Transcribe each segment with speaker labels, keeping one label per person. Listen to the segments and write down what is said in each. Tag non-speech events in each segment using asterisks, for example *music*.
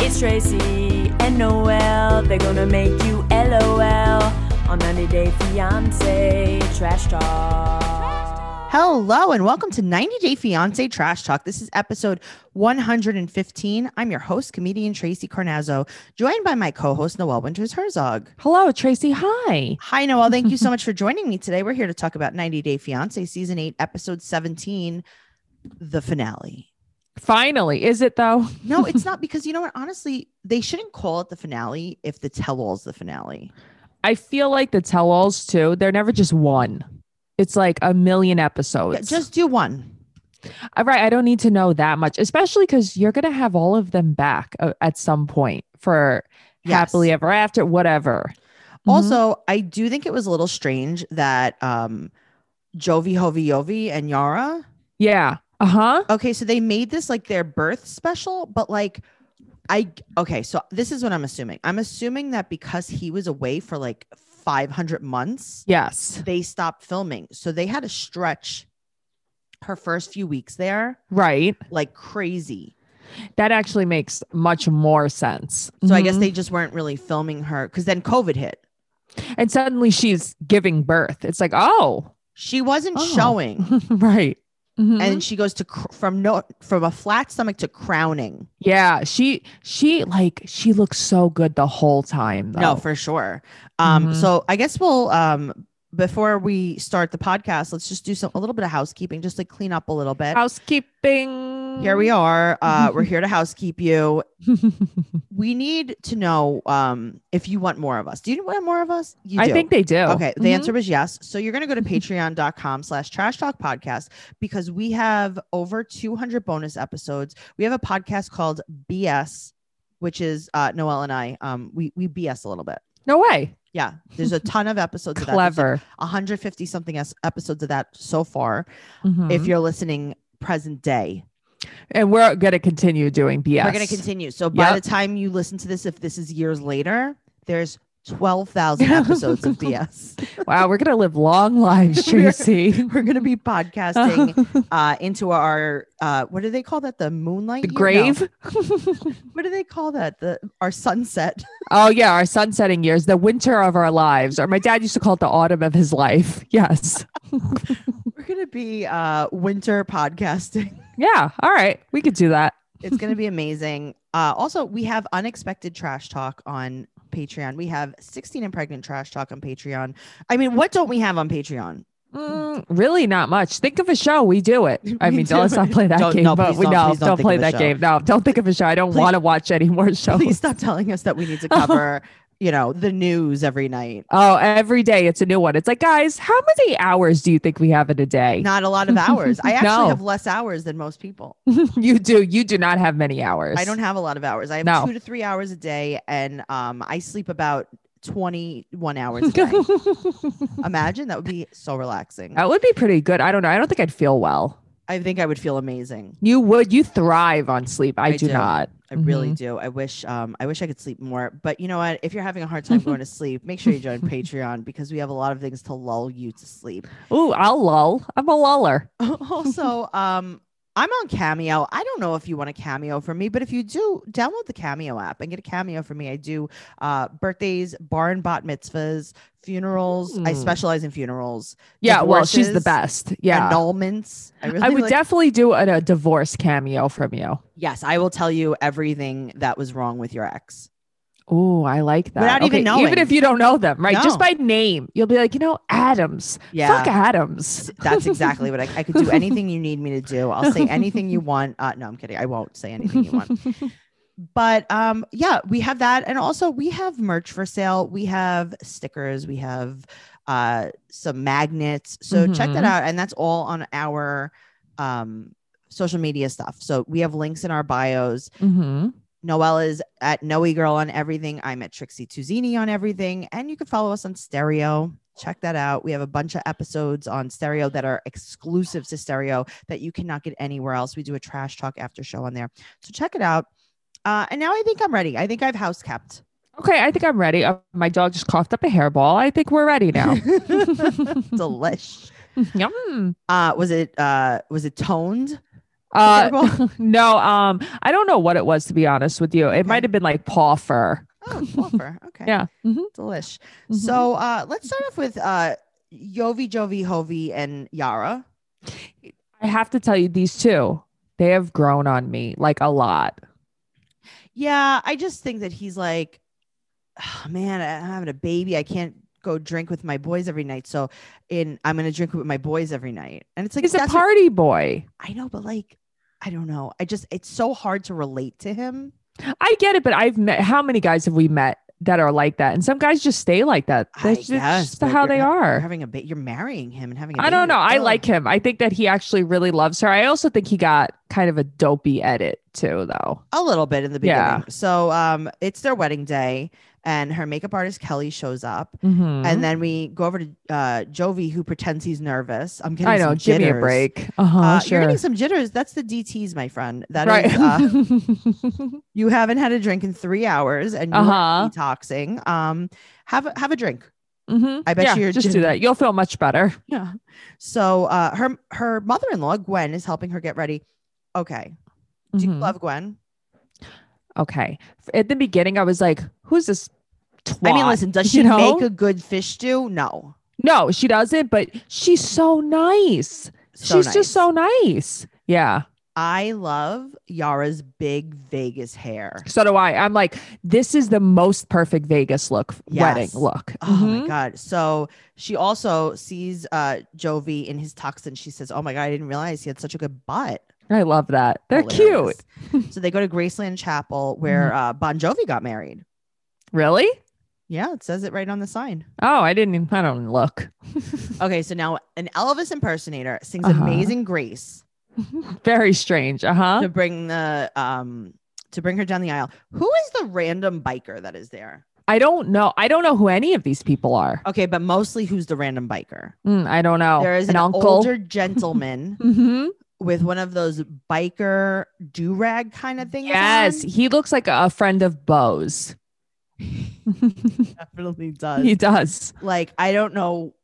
Speaker 1: It's Tracy and Noel. They're gonna make you LOL on 90 Day Fiance Trash Talk.
Speaker 2: Hello and welcome to 90 Day Fiance Trash Talk. This is episode 115. I'm your host, comedian Tracy Carnazzo, joined by my co-host Noel Winters Herzog.
Speaker 3: Hello, Tracy. Hi.
Speaker 2: Hi, Noel. Thank you so much for joining me today. We're here to talk about 90 Day Fiance season eight, episode 17, the finale.
Speaker 3: Finally, is it though?
Speaker 2: No, it's not because you know what? Honestly, they shouldn't call it the finale if the tell-all's the finale.
Speaker 3: I feel like the tell alls too, they're never just one. It's like a million
Speaker 2: Yeah,
Speaker 3: episodes.
Speaker 2: Just do one.
Speaker 3: Uh, right. I don't need to know that much, especially because you're going to have all of them back uh, at some point for
Speaker 2: Yes.
Speaker 3: happily ever after, whatever. Mhm.
Speaker 2: Also, I do think it was a little strange that um Jovi Hovi Yovi and Yara.
Speaker 3: yeah. Uh huh.
Speaker 2: Okay, so they made this like their birth special, but like I okay, so this is what I'm assuming. I'm assuming that because he was away for like 500 months,
Speaker 3: Yes.
Speaker 2: they stopped filming. So they had to stretch her first few weeks there
Speaker 3: Right.
Speaker 2: like crazy.
Speaker 3: That actually makes much more sense.
Speaker 2: So I guess
Speaker 3: Mhm.
Speaker 2: they just weren't really filming her cuz then COVID hit.
Speaker 3: and suddenly she's giving birth. It's like, oh, *laughs*
Speaker 2: She wasn't
Speaker 3: Oh.
Speaker 2: showing.
Speaker 3: right. Mhm.
Speaker 2: and she goes to cr- from no from a flat stomach to crowning.
Speaker 3: Yeah, she she like she looks so good the whole time though.
Speaker 2: No, for sure. Um,
Speaker 3: Mhm.
Speaker 2: so I guess we'll um before we start the podcast, let's just do some a little bit of housekeeping, just to clean up a little bit.
Speaker 3: housekeeping.
Speaker 2: here
Speaker 3: *laughs*
Speaker 2: we are.
Speaker 3: Um.
Speaker 2: Uh, we're here to housekeep you. We need to know um if you want more of us. Do you want more of us? You
Speaker 3: I
Speaker 2: do.
Speaker 3: think they do.
Speaker 2: Okay, the
Speaker 3: Mhm.
Speaker 2: answer was yes. So you're going to go
Speaker 3: *laughs*
Speaker 2: to patreon.com slash trash talk podcast because we have over 200 bonus episodes. We have a podcast called BS, which is uh, Noel and I. Um, we, we BS a little bit.
Speaker 3: No way.
Speaker 2: Yeah, there's a ton of episodes. Of that. There's, like,
Speaker 3: Clever.
Speaker 2: 150 something es- episodes of that so far. If
Speaker 3: Mhm.
Speaker 2: you're listening present day,
Speaker 3: and we're gonna continue doing BS.
Speaker 2: we're going to continue. So by
Speaker 3: Yep.
Speaker 2: the time you listen to this, if this is years later, there's 12,000 episodes
Speaker 3: *laughs*
Speaker 2: of BS.
Speaker 3: *laughs* Wow, we're gonna live long lives,
Speaker 2: *laughs* We're-
Speaker 3: Tracy.
Speaker 2: We're going to be podcasting
Speaker 3: *laughs* the
Speaker 2: uh, into our uh, what do they call that? The moonlight, year? No.
Speaker 3: grave.
Speaker 2: What do they call that? The our sunset. *laughs*
Speaker 3: oh yeah, our sunsetting years, the winter of our lives, or my dad used to call it the autumn of his life. *laughs* Yes.
Speaker 2: We're gonna be uh, winter podcasting.
Speaker 3: Yeah. All right. We could do that.
Speaker 2: It's gonna
Speaker 3: *laughs*
Speaker 2: be amazing. Uh, also, we have unexpected trash talk on Patreon. We have 16 and pregnant trash talk on Patreon. I mean, what don't we have on Patreon?
Speaker 3: Mm, really, not much. Think of a show. We
Speaker 2: *laughs*
Speaker 3: do it. I
Speaker 2: We
Speaker 3: mean,
Speaker 2: do
Speaker 3: let's not
Speaker 2: it.
Speaker 3: play that
Speaker 2: Don't-
Speaker 3: game.
Speaker 2: no,
Speaker 3: but
Speaker 2: please
Speaker 3: we
Speaker 2: don't-
Speaker 3: no,
Speaker 2: please don't
Speaker 3: don't,
Speaker 2: think
Speaker 3: play
Speaker 2: of a
Speaker 3: that
Speaker 2: show.
Speaker 3: game. No, don't think of a show. I don't
Speaker 2: Please-
Speaker 3: want to watch any more
Speaker 2: *laughs*
Speaker 3: shows.
Speaker 2: Please stop telling us that we need to
Speaker 3: *laughs*
Speaker 2: cover, you know, the news every night.
Speaker 3: Oh, every day it's a new one. It's like, guys, how many hours do you think we have in a day?
Speaker 2: Not a lot of hours. I actually
Speaker 3: No.
Speaker 2: have less hours than most people.
Speaker 3: *laughs* you do. You do not have many hours.
Speaker 2: I
Speaker 3: *laughs*
Speaker 2: don't have a lot of hours. I have
Speaker 3: No.
Speaker 2: two to three hours a day, and um, I sleep about twenty-one hours a
Speaker 3: *laughs*
Speaker 2: day. Imagine that would be so relaxing.
Speaker 3: that would be pretty good. I don't know. I don't think I'd feel well.
Speaker 2: I think I would feel amazing.
Speaker 3: You would. You thrive on sleep. I,
Speaker 2: I
Speaker 3: do,
Speaker 2: do.
Speaker 3: not.
Speaker 2: I really
Speaker 3: Mm-hmm.
Speaker 2: do. I wish um I wish I could sleep more. But you know what? If you're having a hard time
Speaker 3: *laughs*
Speaker 2: going to sleep, make sure you join Patreon because we have a lot of things to lull you to sleep.
Speaker 3: *laughs* Ooh, I'll lull. I'm a luller.
Speaker 2: also, um I'm on Cameo. I don't know if you want a cameo from me, but if you do, download the Cameo app and get a cameo from me. I do uh, birthdays, bar and bat mitzvahs, funerals. I
Speaker 3: Mm.
Speaker 2: specialize in funerals.
Speaker 3: Yeah. Well, she's the
Speaker 2: Divorces
Speaker 3: best. Yeah.
Speaker 2: Annulments. I really
Speaker 3: I would
Speaker 2: like-
Speaker 3: definitely do a, a divorce cameo from you.
Speaker 2: Yes, I will tell you everything that was wrong with your ex.
Speaker 3: Oh, I like that.
Speaker 2: Without even knowing.
Speaker 3: Even if you don't know them, right?
Speaker 2: No.
Speaker 3: Just by name, you'll be like, you know, Adams.
Speaker 2: Yeah.
Speaker 3: Fuck Adams.
Speaker 2: That's exactly what I, I could do. Anything you need me to do, I'll say anything you want. Uh, no, I'm kidding. I won't say anything you
Speaker 3: *laughs*
Speaker 2: want. But um, yeah, we have that, and also we have merch for sale. We have stickers. We have uh, some magnets. So check that
Speaker 3: Mhm.
Speaker 2: out, and that's all on our um, social media stuff. So we have links in our bios.
Speaker 3: Mhm.
Speaker 2: Noelle is at Noe Girl on everything. I'm at Trixie Tuzini on everything. And you can follow us on Stereo. Check that out. We have a bunch of episodes on Stereo that are exclusive to Stereo that you cannot get anywhere else. We do a trash talk after show on there. So check it out. Uh, and now I think I'm ready. I think I've house kept.
Speaker 3: Okay, I think I'm ready. Uh, my dog just coughed up a hairball. I think we're ready *laughs*
Speaker 2: *laughs*
Speaker 3: now.
Speaker 2: Delish.
Speaker 3: Yum.
Speaker 2: Uh, was it uh, was it toned?
Speaker 3: *laughs* Uh, no, um, I don't know what it was to be honest with you. It
Speaker 2: Okay.
Speaker 3: might have been like paw fur.
Speaker 2: Oh, Wolfer. Okay.
Speaker 3: Yeah. Mhm.
Speaker 2: Delish.
Speaker 3: Mhm.
Speaker 2: So uh, let's start off with uh, Yovi, Jovi, Hovi, and Yara.
Speaker 3: I have to tell you, these two, they have grown on me like a lot.
Speaker 2: Yeah, I just think that he's like, "Ah, man, I'm having a baby. I can't go drink with my boys every night. So, in I'm gonna drink with my boys every night, and it's like
Speaker 3: He's a
Speaker 2: that's what-
Speaker 3: party boy.
Speaker 2: I know, but like, I don't know. I just it's so hard to relate to him.
Speaker 3: I get it, but I've met how many guys have we met that are like that? And some guys just stay like that.
Speaker 2: I
Speaker 3: That's just,
Speaker 2: guess,
Speaker 3: just
Speaker 2: but
Speaker 3: how
Speaker 2: you're
Speaker 3: they
Speaker 2: ha- you're
Speaker 3: are.
Speaker 2: having a ba- you're marrying him and having. I
Speaker 3: I don't know. I
Speaker 2: Oh.
Speaker 3: like him. I think that he actually really loves her. I also think he got kind of a dopey edit too, though.
Speaker 2: a little bit in the beginning.
Speaker 3: Yeah.
Speaker 2: So, um, it's their wedding day, and her makeup artist Kelly shows up.
Speaker 3: Mm-hmm.
Speaker 2: And then we go over to uh, Jovi, who pretends he's nervous. I'm getting
Speaker 3: I know.
Speaker 2: some
Speaker 3: Give me a
Speaker 2: jitters.
Speaker 3: break. Uh-huh,
Speaker 2: Uh,
Speaker 3: sure.
Speaker 2: You're getting some jitters. That's the DTs, my friend. That is,
Speaker 3: right. *laughs*
Speaker 2: uh, you haven't had a drink in three hours and you're
Speaker 3: Uh-huh.
Speaker 2: detoxing. Um, have a, have a drink.
Speaker 3: Mhm.
Speaker 2: I bet
Speaker 3: yeah,
Speaker 2: you you're
Speaker 3: just do
Speaker 2: gen-
Speaker 3: that. You'll feel much better.
Speaker 2: Yeah. So uh, her her mother in law Gwen is helping her get ready. Okay. Do you
Speaker 3: Mhm.
Speaker 2: love Gwen?
Speaker 3: okay. F- At the beginning, I was like, "Who's this?" Twat?
Speaker 2: I mean, listen.
Speaker 3: *laughs*
Speaker 2: Does she
Speaker 3: you know?
Speaker 2: make a good fish stew? No.
Speaker 3: No, she doesn't. But she's so nice.
Speaker 2: So
Speaker 3: she's
Speaker 2: nice.
Speaker 3: just so nice. Yeah.
Speaker 2: I love Yara's big Vegas hair.
Speaker 3: So do I. I'm like, this is the most perfect Vegas look, wedding
Speaker 2: Yes.
Speaker 3: look.
Speaker 2: Oh
Speaker 3: Mhm.
Speaker 2: my god. So she also sees uh Jovi in his toxin. She says, Oh my god, I didn't realize he had such a good butt.
Speaker 3: I love that. They're
Speaker 2: Hilarious.
Speaker 3: cute. *laughs* Mm-hmm.
Speaker 2: so they go to Graceland Chapel where uh Bon Jovi got married.
Speaker 3: Really?
Speaker 2: Yeah, it says it right on the sign.
Speaker 3: Oh, I didn't. even- I don't look.
Speaker 2: Okay, so now an Elvis impersonator sings
Speaker 3: Uh-huh.
Speaker 2: Amazing Grace
Speaker 3: Very strange. Uh huh.
Speaker 2: to bring the um to bring her down the aisle. Who is the random biker that is there?
Speaker 3: I don't know. I don't know who any of these people are.
Speaker 2: Okay, but mostly who's the random biker?
Speaker 3: Mm, I don't know.
Speaker 2: there is an,
Speaker 3: uncle.
Speaker 2: older
Speaker 3: *laughs*
Speaker 2: gentleman
Speaker 3: hmm
Speaker 2: with one of those biker do rag kind of things.
Speaker 3: Yes,
Speaker 2: on.
Speaker 3: he looks like a friend
Speaker 2: *laughs*
Speaker 3: of Bo's.
Speaker 2: definitely does.
Speaker 3: he does.
Speaker 2: like I don't know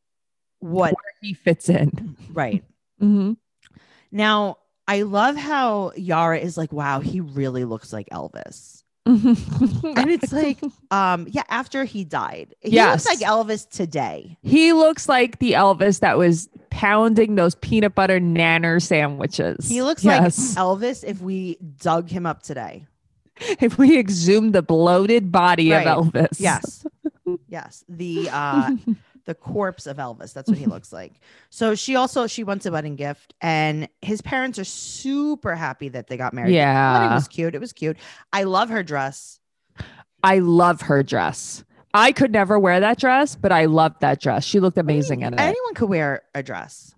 Speaker 2: what
Speaker 3: He fits in.
Speaker 2: right
Speaker 3: hmm *laughs*
Speaker 2: now. I love how Yara is like, wow, he really looks like Elvis. And
Speaker 3: *laughs*
Speaker 2: it's like, um, yeah, after he died. He
Speaker 3: Yes.
Speaker 2: looks like Elvis today.
Speaker 3: he looks like the Elvis that was pounding those peanut butter nanner sandwiches.
Speaker 2: He looks
Speaker 3: yes. *laughs*
Speaker 2: like Elvis if we dug him up today.
Speaker 3: if we exhumed the bloated body
Speaker 2: Right.
Speaker 3: of Elvis. *laughs*
Speaker 2: Yes. yes. The uh the corpse of Elvis. That's what he looks like. So she also she wants a wedding gift, and his parents are super happy that they got married. The wedding
Speaker 3: yeah.
Speaker 2: was cute. It was cute. I love her dress.
Speaker 3: I love her dress. I could never wear that dress, but I loved that dress. She looked amazing in it.
Speaker 2: Anyone could wear a dress.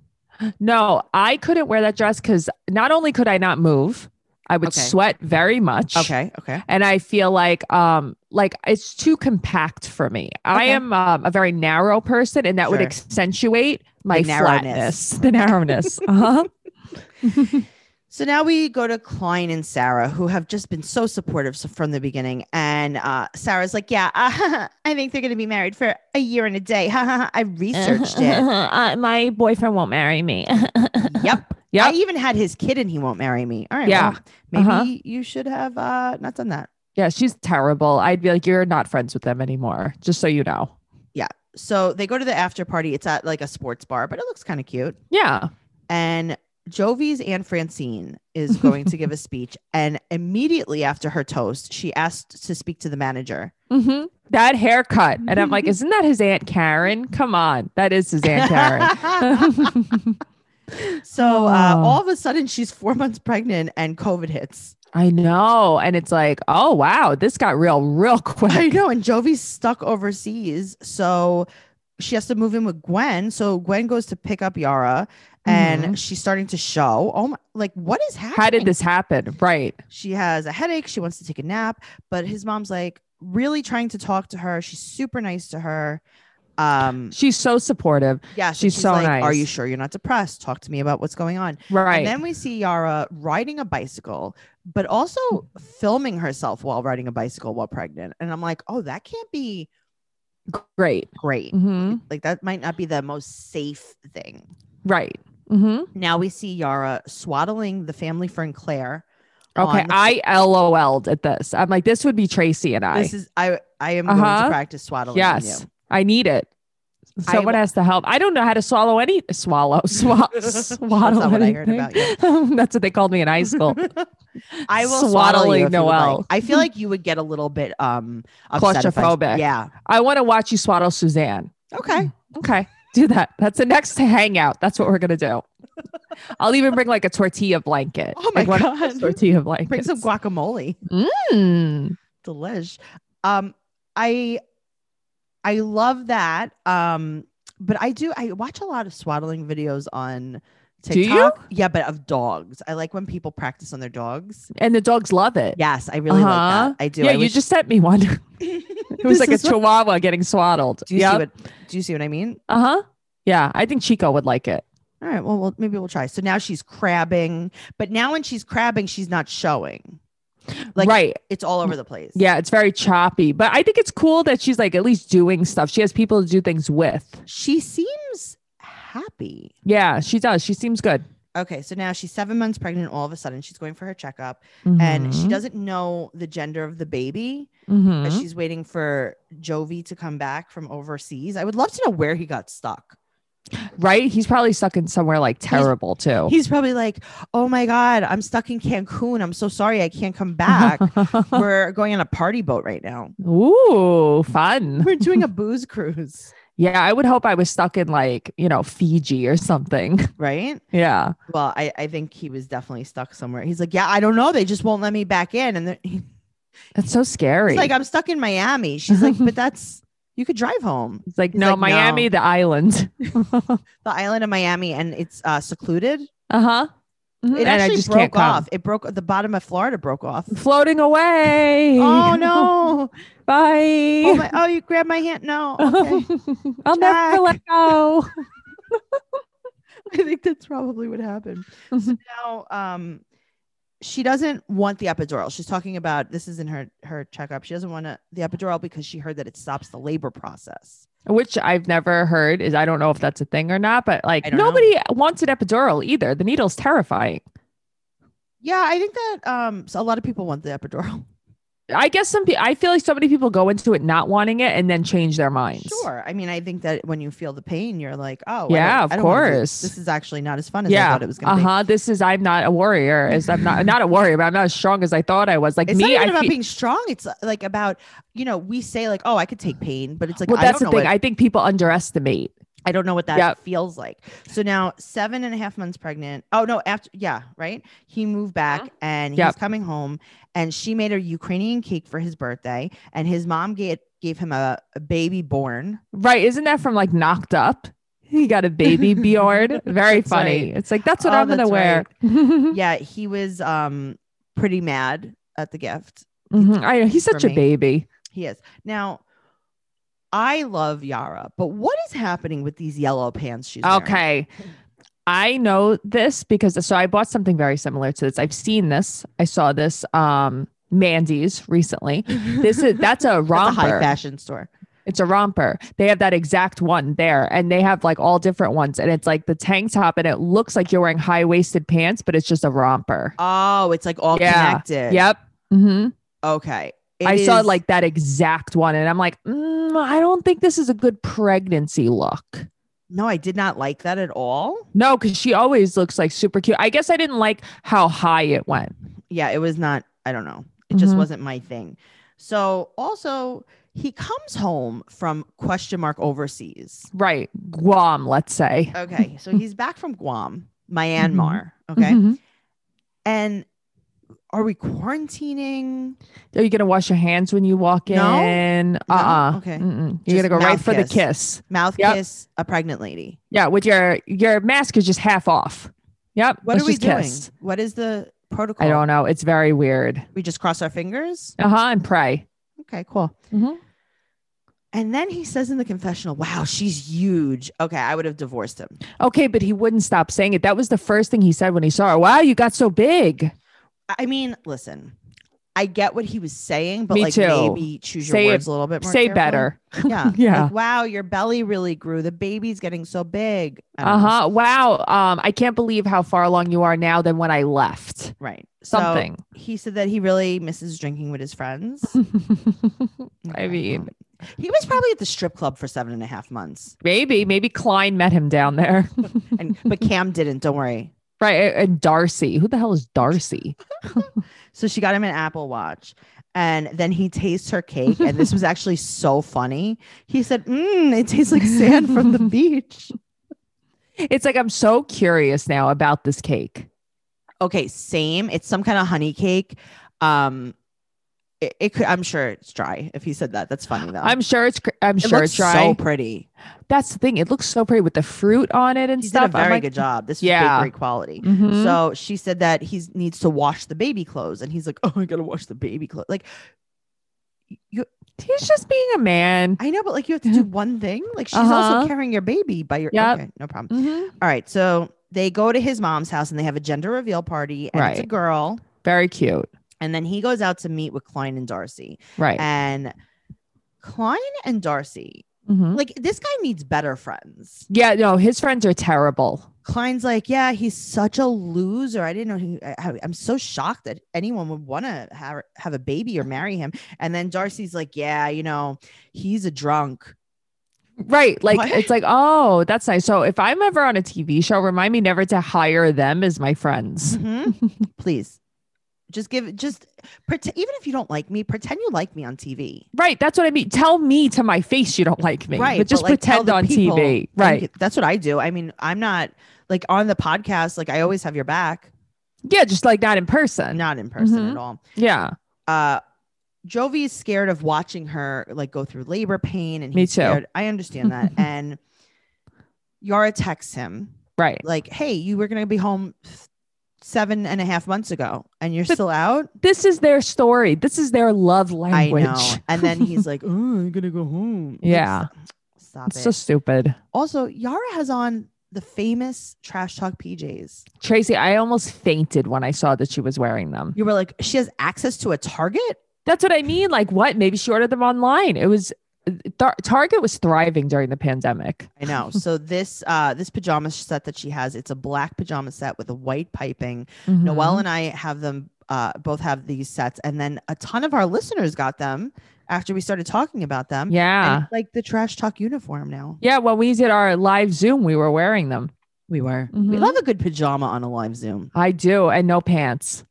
Speaker 3: No, I couldn't wear that dress because not only could I not move, I would
Speaker 2: Okay.
Speaker 3: sweat very much.
Speaker 2: Okay. Okay.
Speaker 3: And I feel like um like it's too compact for me. I
Speaker 2: Okay.
Speaker 3: am um, a very narrow person and that would
Speaker 2: Sure.
Speaker 3: accentuate my
Speaker 2: narrowness.
Speaker 3: narrowness, *laughs*
Speaker 2: *laughs*
Speaker 3: the narrowness. uh-huh.
Speaker 2: So now we go to Klein and Sarah, who have just been so supportive s- from the beginning. And uh, Sarah's like, "Yeah, *laughs* I think they're going to be married for a year and a day. *laughs* I researched it.
Speaker 3: *laughs* Uh, my boyfriend won't marry me. *laughs*
Speaker 2: Yep.
Speaker 3: Yep.
Speaker 2: I even had his kid, and he won't marry me. All right.
Speaker 3: Yeah.
Speaker 2: well, maybe
Speaker 3: Uh-huh.
Speaker 2: you should have uh, not done that.
Speaker 3: yeah, she's terrible. I'd be like, you're not friends with them anymore, just so you know.
Speaker 2: So they go to the after party. It's at like a sports bar, but it looks kind of cute.
Speaker 3: Yeah.
Speaker 2: And Jovi's Aunt Francine is going to
Speaker 3: *laughs*
Speaker 2: give a speech. And immediately after her toast, she asked to speak to the manager.
Speaker 3: hmm That haircut. And I'm
Speaker 2: *laughs*
Speaker 3: like, isn't that his Aunt Karen? Come on. That is his
Speaker 2: *laughs*
Speaker 3: Aunt Karen. *laughs*
Speaker 2: so uh,
Speaker 3: Oh.
Speaker 2: all of a sudden, she's four *laughs* months pregnant and COVID hits.
Speaker 3: I know. And it's like, oh, wow, this got real, real *laughs* quick.
Speaker 2: I know. And Jovi's stuck overseas. So she has to move in with Gwen. So Gwen goes to pick up Yara and she's starting to show. Oh, my, like, what is happening?
Speaker 3: Mm-hmm. How did this happen? Right.
Speaker 2: She has a headache. She wants to take a nap, but his mom's like really trying to talk to her. She's super nice to her. Um,
Speaker 3: She's so supportive.
Speaker 2: yeah, so
Speaker 3: She's so
Speaker 2: like, Are
Speaker 3: nice.
Speaker 2: you sure you're not depressed? Talk to me about what's going on.
Speaker 3: Right.
Speaker 2: And then we see Yara riding a bicycle, but also
Speaker 3: Mm.
Speaker 2: filming herself while riding a bicycle while pregnant. And I'm like, oh, that can't be
Speaker 3: Great.
Speaker 2: great.
Speaker 3: hmm
Speaker 2: Mm-hmm. Like that might not be the most safe thing.
Speaker 3: Right. Mm-hmm.
Speaker 2: Now we see Yara swaddling the family friend Claire. on
Speaker 3: Okay.
Speaker 2: the
Speaker 3: I LOL'd at this. I'm like, this would be Tracy and I.
Speaker 2: This is I I am going to
Speaker 3: Uh-huh.
Speaker 2: practice swaddling on
Speaker 3: yes.
Speaker 2: *laughs*
Speaker 3: *laughs* I need it.
Speaker 2: I
Speaker 3: Someone has to help. I don't know how to swallow any swallow *laughs*
Speaker 2: *laughs*
Speaker 3: swallow swaddle.
Speaker 2: not what I heard
Speaker 3: anything. *laughs* That's what they called me in
Speaker 2: *laughs*
Speaker 3: high school.
Speaker 2: you. I will swaddle
Speaker 3: Swaddling
Speaker 2: you if you would
Speaker 3: Noelle.
Speaker 2: like. I feel like you would get a little bit um upset if I-
Speaker 3: Claustrophobic. Mm-hmm.
Speaker 2: yeah.
Speaker 3: I want to watch you swaddle Suzanne.
Speaker 2: Okay.
Speaker 3: Okay, do that. That's the next hangout. That's what we're gonna do. I'll even bring like a tortilla blanket.
Speaker 2: Oh my
Speaker 3: like one of those
Speaker 2: God.
Speaker 3: tortilla blankets.
Speaker 2: Bring some guacamole.
Speaker 3: Mm.
Speaker 2: delish. Um, I I love that. Um, but I do I watch a lot of swaddling videos on TikTok.
Speaker 3: Do you?
Speaker 2: Yeah, but of dogs. I like when people practice on their dogs.
Speaker 3: And the dogs love it.
Speaker 2: Yes, I really
Speaker 3: Uh-huh.
Speaker 2: like that. I do.
Speaker 3: yeah.
Speaker 2: I
Speaker 3: you
Speaker 2: wish-
Speaker 3: just sent me one. *laughs* it was
Speaker 2: This
Speaker 3: like a
Speaker 2: is what-
Speaker 3: chihuahua getting swaddled.
Speaker 2: Do you see
Speaker 3: Yeah.
Speaker 2: what? Do you see what I mean?
Speaker 3: Uh huh. Yeah, I think Chico would like it.
Speaker 2: All right. Well, we'll maybe we'll try. So now she's crabbing, but now when she's crabbing, she's not showing. Like
Speaker 3: right.
Speaker 2: it's all over the place.
Speaker 3: Yeah, it's very choppy, but I think it's cool that she's like at least doing stuff. She has people to do things with.
Speaker 2: She seems happy.
Speaker 3: Yeah, she does. She seems good.
Speaker 2: Okay, so now she's seven months pregnant. All of a sudden, she's going for her checkup, and
Speaker 3: Mm-hmm.
Speaker 2: she doesn't know the gender of the baby.
Speaker 3: Mhm.
Speaker 2: but she's waiting for Jovi to come back from overseas. I would love to know where he got stuck.
Speaker 3: Mm-hmm. right? He's probably stuck in somewhere like terrible too.
Speaker 2: He's probably like, "Oh my god, I'm stuck in Cancun. I'm so sorry, I can't come
Speaker 3: *laughs*
Speaker 2: back. We're going on a party boat right now.
Speaker 3: Ooh, fun.
Speaker 2: We're doing a booze cruise,
Speaker 3: Yeah, I would hope I was stuck in like, you know, Fiji or something. *laughs*
Speaker 2: right?"
Speaker 3: Yeah.
Speaker 2: Well, I I think he was definitely stuck somewhere. He's like, "Yeah, I don't know. They just won't let me back in." And then he's
Speaker 3: That's so scary.
Speaker 2: like, "I'm stuck in Miami." She's like, "But that's." You could drive home.
Speaker 3: It's like,
Speaker 2: he's
Speaker 3: no,
Speaker 2: like,
Speaker 3: Miami,
Speaker 2: no.
Speaker 3: the
Speaker 2: *laughs*
Speaker 3: island.
Speaker 2: the island of Miami and it's uh, secluded.
Speaker 3: Uh-huh.
Speaker 2: It
Speaker 3: Mhm. and
Speaker 2: Mm-hmm. actually
Speaker 3: I just
Speaker 2: broke
Speaker 3: can't come.
Speaker 2: off. It broke the bottom of Florida broke
Speaker 3: *laughs*
Speaker 2: off.
Speaker 3: Floating away. *laughs*
Speaker 2: Oh no.
Speaker 3: Bye.
Speaker 2: Oh, my, oh you grabbed my hand.
Speaker 3: *laughs*
Speaker 2: No. Okay.
Speaker 3: I'll
Speaker 2: Jack.
Speaker 3: never let go.
Speaker 2: I think that's probably what happened. So
Speaker 3: Mhm.
Speaker 2: now um she doesn't want the epidural. She's talking about this is in her her checkup. She doesn't want a, the epidural because she heard that it stops the labor process.
Speaker 3: Which I've never heard is I don't know if that's a thing or not, but
Speaker 2: I
Speaker 3: like
Speaker 2: don't know.
Speaker 3: nobody wants an epidural either. The needle's terrifying.
Speaker 2: Yeah, I think that um so a lot of people want the epidural.
Speaker 3: *laughs* I guess some people, I feel like so many people go into it not wanting it and then change their minds.
Speaker 2: Sure. I mean, I think that when you feel the pain, you're like, oh, I don't-
Speaker 3: Yeah, of
Speaker 2: I don't wanna do
Speaker 3: course.
Speaker 2: This is actually not as fun as I
Speaker 3: Yeah.
Speaker 2: thought it was going
Speaker 3: Uh
Speaker 2: to be.
Speaker 3: huh. This is I'm not a warrior. As I'm not not a warrior, but I'm not as strong as I thought I was. Like
Speaker 2: It's
Speaker 3: me,
Speaker 2: not even
Speaker 3: I
Speaker 2: about
Speaker 3: fe-
Speaker 2: being strong. It's uh, like about you know we say like oh I could take pain, but it's like
Speaker 3: well,
Speaker 2: I
Speaker 3: that's the
Speaker 2: don't know
Speaker 3: thing.
Speaker 2: what,
Speaker 3: I think people underestimate.
Speaker 2: I don't know what that
Speaker 3: Yeah.
Speaker 2: feels like. So now seven and a half months pregnant. Oh no, after yeah right. He moved back and
Speaker 3: Uh-huh. Yep.
Speaker 2: he's coming home, and she made a Ukrainian cake for his birthday, and his mom gave gave him a, a baby born.
Speaker 3: Right? Isn't that from like knocked up? He got
Speaker 2: *laughs*
Speaker 3: a baby Bjorn. Very
Speaker 2: That's
Speaker 3: funny. It's like that's what
Speaker 2: Oh,
Speaker 3: I'm gonna
Speaker 2: that's
Speaker 3: wear. *laughs*
Speaker 2: *laughs*
Speaker 3: Mm-hmm.
Speaker 2: Yeah, he was um pretty mad at the gift.
Speaker 3: Mhm. I know he's
Speaker 2: For
Speaker 3: such a
Speaker 2: me.
Speaker 3: baby.
Speaker 2: He is. Now, I love Yara, but what is happening with these yellow pants she's wearing?
Speaker 3: Okay. I know this because so I bought something very similar to this. I've seen this. I saw this um Mandy's recently. This
Speaker 2: *laughs*
Speaker 3: is that's a romper.
Speaker 2: That's a high fashion store.
Speaker 3: It's a romper. They have that exact one there, and they have like all different ones. And it's like the tank top, and it looks like you're wearing high waisted pants, but it's just a romper.
Speaker 2: Oh, it's like all
Speaker 3: Yeah.
Speaker 2: connected.
Speaker 3: Yep. hmm
Speaker 2: Okay. It
Speaker 3: I saw
Speaker 2: is-
Speaker 3: like that exact one, and I'm like, mm, I don't think this is a good pregnancy look.
Speaker 2: no, I did not like that at all.
Speaker 3: No, because she always looks like super cute. I guess I didn't like how high it went.
Speaker 2: Yeah, it was not. I don't know. It just
Speaker 3: Mhm.
Speaker 2: wasn't my thing. So also, he comes home from question mark overseas.
Speaker 3: Right. Guam, let's say. *laughs*
Speaker 2: Okay, so he's back from Guam,
Speaker 3: Mm-hmm.
Speaker 2: Myanmar. Okay,
Speaker 3: Mhm.
Speaker 2: and are we quarantining?
Speaker 3: Are you going to wash your hands when you walk
Speaker 2: No.
Speaker 3: in? Uh-uh.
Speaker 2: Okay.
Speaker 3: Mm-mm.
Speaker 2: Just
Speaker 3: You're going to go right
Speaker 2: mouth
Speaker 3: for
Speaker 2: kiss.
Speaker 3: the kiss.
Speaker 2: Mouth
Speaker 3: Yep.
Speaker 2: kiss a pregnant lady.
Speaker 3: Yeah, with your your mask is just half off. Yep.
Speaker 2: What
Speaker 3: let's
Speaker 2: are we
Speaker 3: just
Speaker 2: doing?
Speaker 3: kiss.
Speaker 2: What is the protocol?
Speaker 3: I don't know. It's very weird.
Speaker 2: We just cross our fingers.
Speaker 3: Uh huh. And pray.
Speaker 2: Okay, cool.
Speaker 3: Mm-hmm.
Speaker 2: And then he says in the confessional, "Wow, she's huge." Okay, I would have divorced him.
Speaker 3: Okay, but he wouldn't stop saying it. That was the first thing he said when he saw her. Wow, you got so big.
Speaker 2: I- I mean, listen, I get what he was saying, but
Speaker 3: Me
Speaker 2: like
Speaker 3: too.
Speaker 2: maybe choose your
Speaker 3: Say it-
Speaker 2: words a little bit more.
Speaker 3: Say
Speaker 2: carefully.
Speaker 3: better. *laughs*
Speaker 2: Yeah.
Speaker 3: Yeah.
Speaker 2: Like, wow, your belly really grew. The baby's getting so big. I don't
Speaker 3: Uh
Speaker 2: know.
Speaker 3: huh. Wow. Um, I can't believe how far along you are now than when I left.
Speaker 2: Right. So,
Speaker 3: Something.
Speaker 2: he said that he really misses drinking with his
Speaker 3: *laughs*
Speaker 2: friends. Okay,
Speaker 3: mean-
Speaker 2: well, he was probably at the strip club for seven and a half months.
Speaker 3: maybe, maybe Klein met him down there. *laughs*
Speaker 2: And but Cam didn't, don't worry.
Speaker 3: right. And Darcy. Who the hell is Darcy?
Speaker 2: So she got him an Apple Watch. And then he tastes her cake. And
Speaker 3: *laughs*
Speaker 2: this was actually so funny. He said, mm, it tastes like sand from
Speaker 3: *laughs*
Speaker 2: the beach.
Speaker 3: It's like I'm so curious now about this cake.
Speaker 2: Okay, same. It's some kind of honey cake. Um it, it could I'm sure it's dry if he said that. That's funny though.
Speaker 3: I'm sure it's. cr-
Speaker 2: Oh.
Speaker 3: I'm
Speaker 2: it
Speaker 3: sure
Speaker 2: looks
Speaker 3: it's dry.
Speaker 2: so pretty.
Speaker 3: That's the thing. It looks so pretty with the fruit on it and
Speaker 2: He did a
Speaker 3: stuff. I'm
Speaker 2: very
Speaker 3: like,
Speaker 2: good job. This is
Speaker 3: Yeah.
Speaker 2: bakery quality.
Speaker 3: mhm.
Speaker 2: So she said that he needs to wash the baby clothes, and he's like, "Oh, I gotta wash the baby clothes." Like,
Speaker 3: he's just being a man.
Speaker 2: I know, but like you have
Speaker 3: *laughs*
Speaker 2: to do one thing. Like she's also
Speaker 3: Uh-huh.
Speaker 2: carrying your baby by your.
Speaker 3: Yep.
Speaker 2: Okay, no problem.
Speaker 3: Mhm.
Speaker 2: All right, so they go to his mom's house and they have a gender reveal party, and it's a
Speaker 3: Right.
Speaker 2: girl.
Speaker 3: Very cute.
Speaker 2: And then he goes out to meet with Klein and Darcy,
Speaker 3: Right.
Speaker 2: and Klein and Darcy,
Speaker 3: Mhm.
Speaker 2: like this guy needs better friends.
Speaker 3: Yeah, no, his friends are terrible.
Speaker 2: Klein's like, yeah, he's such a loser. I didn't know he. I, am so shocked that anyone would want to have have a baby or marry him. And then Darcy's like, yeah, you know, he's a drunk.
Speaker 3: Right. Like
Speaker 2: What?
Speaker 3: it's like, oh, that's nice. So if I'm ever on a TV show, remind me never to hire them as my friends.
Speaker 2: Mhm. *laughs* Please, just give, just pretend. Even if you don't like me, pretend you like me on TV.
Speaker 3: Right. That's what I mean. Tell me to my face you don't like me.
Speaker 2: Right,
Speaker 3: But just
Speaker 2: like, tell
Speaker 3: pretend
Speaker 2: the
Speaker 3: on
Speaker 2: people-
Speaker 3: TV.
Speaker 2: I
Speaker 3: Right.
Speaker 2: think that's what I do. I mean, I'm not like on the podcast. Like I always have your back.
Speaker 3: yeah, just like not in person.
Speaker 2: Not in person
Speaker 3: Mhm.
Speaker 2: at all.
Speaker 3: Yeah.
Speaker 2: uh Jovi is scared of watching her like go through labor pain and
Speaker 3: Me
Speaker 2: he's
Speaker 3: too.
Speaker 2: scared. I understand
Speaker 3: *laughs*
Speaker 2: that. and Yara texts him
Speaker 3: Right.
Speaker 2: like, "Hey, you were gonna be home seven and a half months ago, and you're
Speaker 3: But
Speaker 2: still out."
Speaker 3: This is their story. This is their love language.
Speaker 2: I know. And then
Speaker 3: *laughs*
Speaker 2: he's like, "Oh, I'm gonna go home." Like,
Speaker 3: Yeah.
Speaker 2: s- stop
Speaker 3: It's
Speaker 2: it.
Speaker 3: so stupid.
Speaker 2: also, Yara has on the famous trash talk PJs.
Speaker 3: Tracy, I almost fainted when I saw that she was wearing them.
Speaker 2: You were like, she has access to a Target.
Speaker 3: That's what I mean. Like, what? Maybe she ordered them online. It was uh, Tar- Target was thriving during the pandemic.
Speaker 2: I know. So this uh this pajama set that she has, it's a black pajama set with a white piping.
Speaker 3: Mm-hmm.
Speaker 2: Noelle and I have them uh, both have these sets, and then a ton of our listeners got them after we started talking about them.
Speaker 3: Yeah.
Speaker 2: And it's like the trash talk uniform now.
Speaker 3: yeah. When we did our live Zoom, we were wearing them.
Speaker 2: We were. We
Speaker 3: Mhm.
Speaker 2: love a good pajama on a live Zoom.
Speaker 3: I do. And
Speaker 2: *laughs*
Speaker 3: no pants.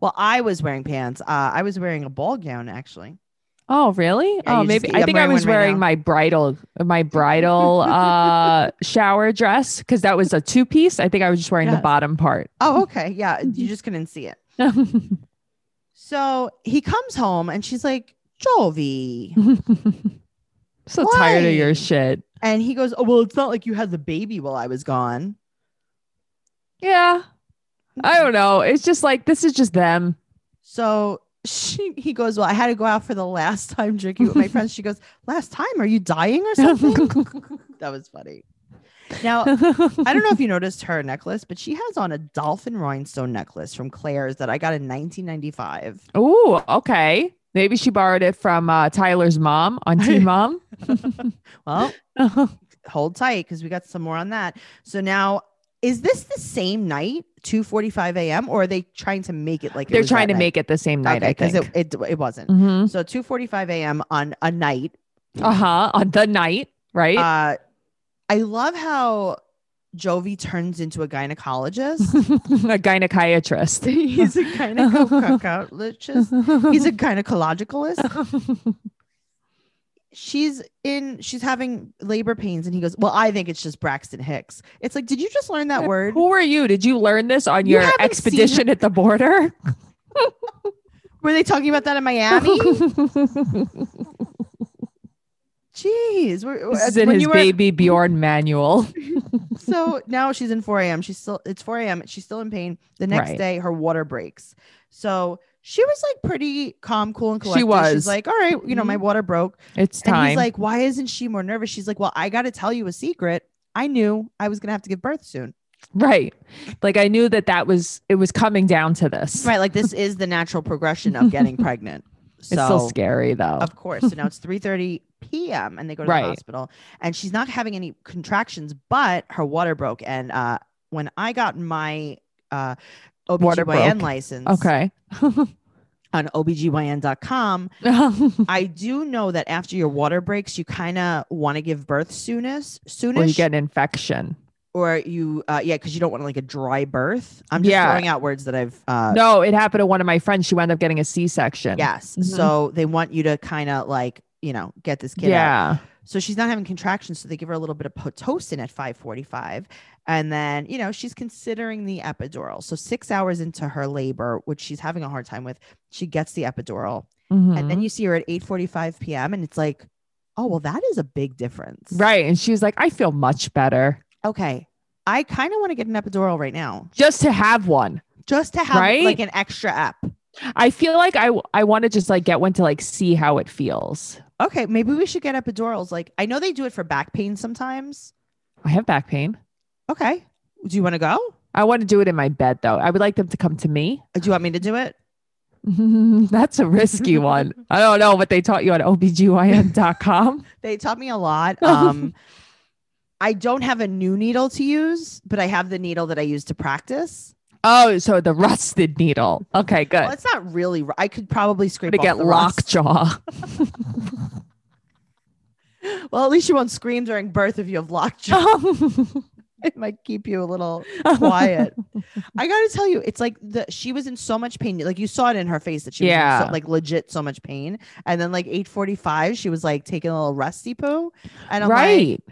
Speaker 2: Well, I was wearing pants. Uh, I was wearing a ball gown actually.
Speaker 3: Oh, really?
Speaker 2: Yeah,
Speaker 3: oh,
Speaker 2: you just-
Speaker 3: maybe.
Speaker 2: yeah,
Speaker 3: I
Speaker 2: I'm
Speaker 3: think I
Speaker 2: wearing
Speaker 3: was
Speaker 2: one right
Speaker 3: wearing
Speaker 2: now.
Speaker 3: my bridal, my
Speaker 2: *laughs*
Speaker 3: bridal uh, shower dress because that was a two piece. I think I was just wearing
Speaker 2: Yes.
Speaker 3: the bottom part. *laughs*
Speaker 2: Oh, okay. Yeah, you just couldn't see it. So he comes home, and she's like, "Jovi,"
Speaker 3: so tired of
Speaker 2: Why?
Speaker 3: your shit.
Speaker 2: and he goes, "Oh, well, it's not like you had the baby while I was gone."
Speaker 3: Yeah. I don't know. It's just like, this is just them. *laughs*
Speaker 2: So she he goes, Well, I had to go out for the last time drinking
Speaker 3: *laughs*
Speaker 2: with my friends. She goes, Last time? Are you dying or something?
Speaker 3: *laughs*
Speaker 2: that was funny. Now, I don't know if you noticed her necklace, but she has on a dolphin rhinestone necklace from Claire's that I got in 1995.
Speaker 3: Ooh, okay. Maybe she borrowed it from uh, Tyler's mom on
Speaker 2: *laughs*
Speaker 3: T Mom.
Speaker 2: Well, hold tight because we got some more on that. So now, is this the same night, 2:45 a.m., or are they trying to make it like it
Speaker 3: They're
Speaker 2: was that
Speaker 3: trying to
Speaker 2: night?
Speaker 3: make it the same night,
Speaker 2: okay,
Speaker 3: I think.
Speaker 2: it, it it wasn't.
Speaker 3: mm-hmm.
Speaker 2: So 2:45 a.m. on a night
Speaker 3: Uh huh. On the night, right?
Speaker 2: Uh, I love how Jovi turns into a
Speaker 3: *laughs*
Speaker 2: gynecologist.
Speaker 3: *laughs*
Speaker 2: *laughs*
Speaker 3: a gynecologist.
Speaker 2: He's a
Speaker 3: *laughs*
Speaker 2: gynecologist. He's a gynecologicalist. She's in. She's having labor pains, and he goes, "Well, I think it's just Braxton Hicks." It's like, did you just learn
Speaker 3: *laughs*
Speaker 2: that word?
Speaker 3: *laughs* Who are you? Did you learn this on
Speaker 2: You
Speaker 3: your
Speaker 2: haven't seen
Speaker 3: expedition at the border?
Speaker 2: Were they talking about that in
Speaker 3: *laughs*
Speaker 2: Miami? Jeez, we're, uh,
Speaker 3: this is in
Speaker 2: when
Speaker 3: his
Speaker 2: you were-
Speaker 3: baby Bjorn manual.
Speaker 2: so now she's in 4 a.m. She's still it's 4 a.m. She's still in pain. The next
Speaker 3: Right.
Speaker 2: day, her water breaks. So she was like pretty calm, cool, and
Speaker 3: She
Speaker 2: collected. She's
Speaker 3: was. Mm-hmm.
Speaker 2: like, all right, you know, my water broke.
Speaker 3: It's
Speaker 2: And
Speaker 3: time.
Speaker 2: he's like,
Speaker 3: *laughs*
Speaker 2: why isn't she more nervous? She's like, well, I got to tell you a secret. I knew I was gonna have to give birth soon.
Speaker 3: Right. Like I knew that that was it was coming down to this.
Speaker 2: Right. Like this is the natural progression of getting pregnant. So
Speaker 3: It's still scary though.
Speaker 2: Of course. So now it's 3:30 p.m. and they go to
Speaker 3: Oh. Right.
Speaker 2: the hospital and she's not having any contractions, but her water broke. And uh, when I got my uh,
Speaker 3: Water
Speaker 2: OBGYN
Speaker 3: broke.
Speaker 2: license *laughs*
Speaker 3: Okay.
Speaker 2: on OBGYN.com,
Speaker 3: or
Speaker 2: I do know that after your water breaks, you kind of want to give birth soonest, soonish,
Speaker 3: you get an infection.
Speaker 2: or you, uh, yeah, because you don't want like a dry birth. I'm just
Speaker 3: Yeah.
Speaker 2: throwing out words that I've uh,
Speaker 3: No, it happened to one of my friends. She wound up getting a C section.
Speaker 2: Yes.
Speaker 3: Mhm.
Speaker 2: So they want you to kind of like, you know, get this kid out.
Speaker 3: Yeah.
Speaker 2: So she's not having contractions. So they give her a little bit of Pitocin at 545. And then, you know, she's considering the epidural. So six hours into her labor, which she's having a hard time with, she gets the epidural.
Speaker 3: Mm-hmm.
Speaker 2: And then you see her at 845 p.m. And it's like, oh, well, that is a big difference.
Speaker 3: Right. And she was like, I feel much better
Speaker 2: Okay. I kind of want to get an epidural right now
Speaker 3: just to have one.
Speaker 2: just to have
Speaker 3: Right?
Speaker 2: like an extra ep.
Speaker 3: I feel like I, I want to just like get one to like see how it feels.
Speaker 2: Okay. Maybe we should get epidurals. Like, I know they do it for back pain sometimes.
Speaker 3: I have back pain.
Speaker 2: Okay. Do you want to go?
Speaker 3: I want to do it in my bed though. I would like them to come to me. *laughs*
Speaker 2: Do you want me to do it?
Speaker 3: That's
Speaker 2: *laughs*
Speaker 3: a risky one. I don't know what they taught you on obgyn.com.
Speaker 2: They taught me a
Speaker 3: *laughs*
Speaker 2: lot.
Speaker 3: Oh.
Speaker 2: Um, I don't have a new needle to use, but I have the needle that I use to practice.
Speaker 3: Oh, so the rusted needle. Okay,
Speaker 2: Well,
Speaker 3: good.
Speaker 2: it's not really. ru- I could probably
Speaker 3: I'm
Speaker 2: scrape.
Speaker 3: gonna
Speaker 2: off
Speaker 3: get
Speaker 2: the rust.
Speaker 3: lockjaw.
Speaker 2: Well, at least you won't scream during birth if you have
Speaker 3: *laughs*
Speaker 2: lockjaw. it might keep you a little
Speaker 3: *laughs*
Speaker 2: quiet. I gotta tell you, it's like the she was in so much pain. Like you saw it in her face that she was in so-
Speaker 3: Yeah.
Speaker 2: like legit so much pain. And then like eight forty five, she was like taking a little rusty poo, and I'm
Speaker 3: right.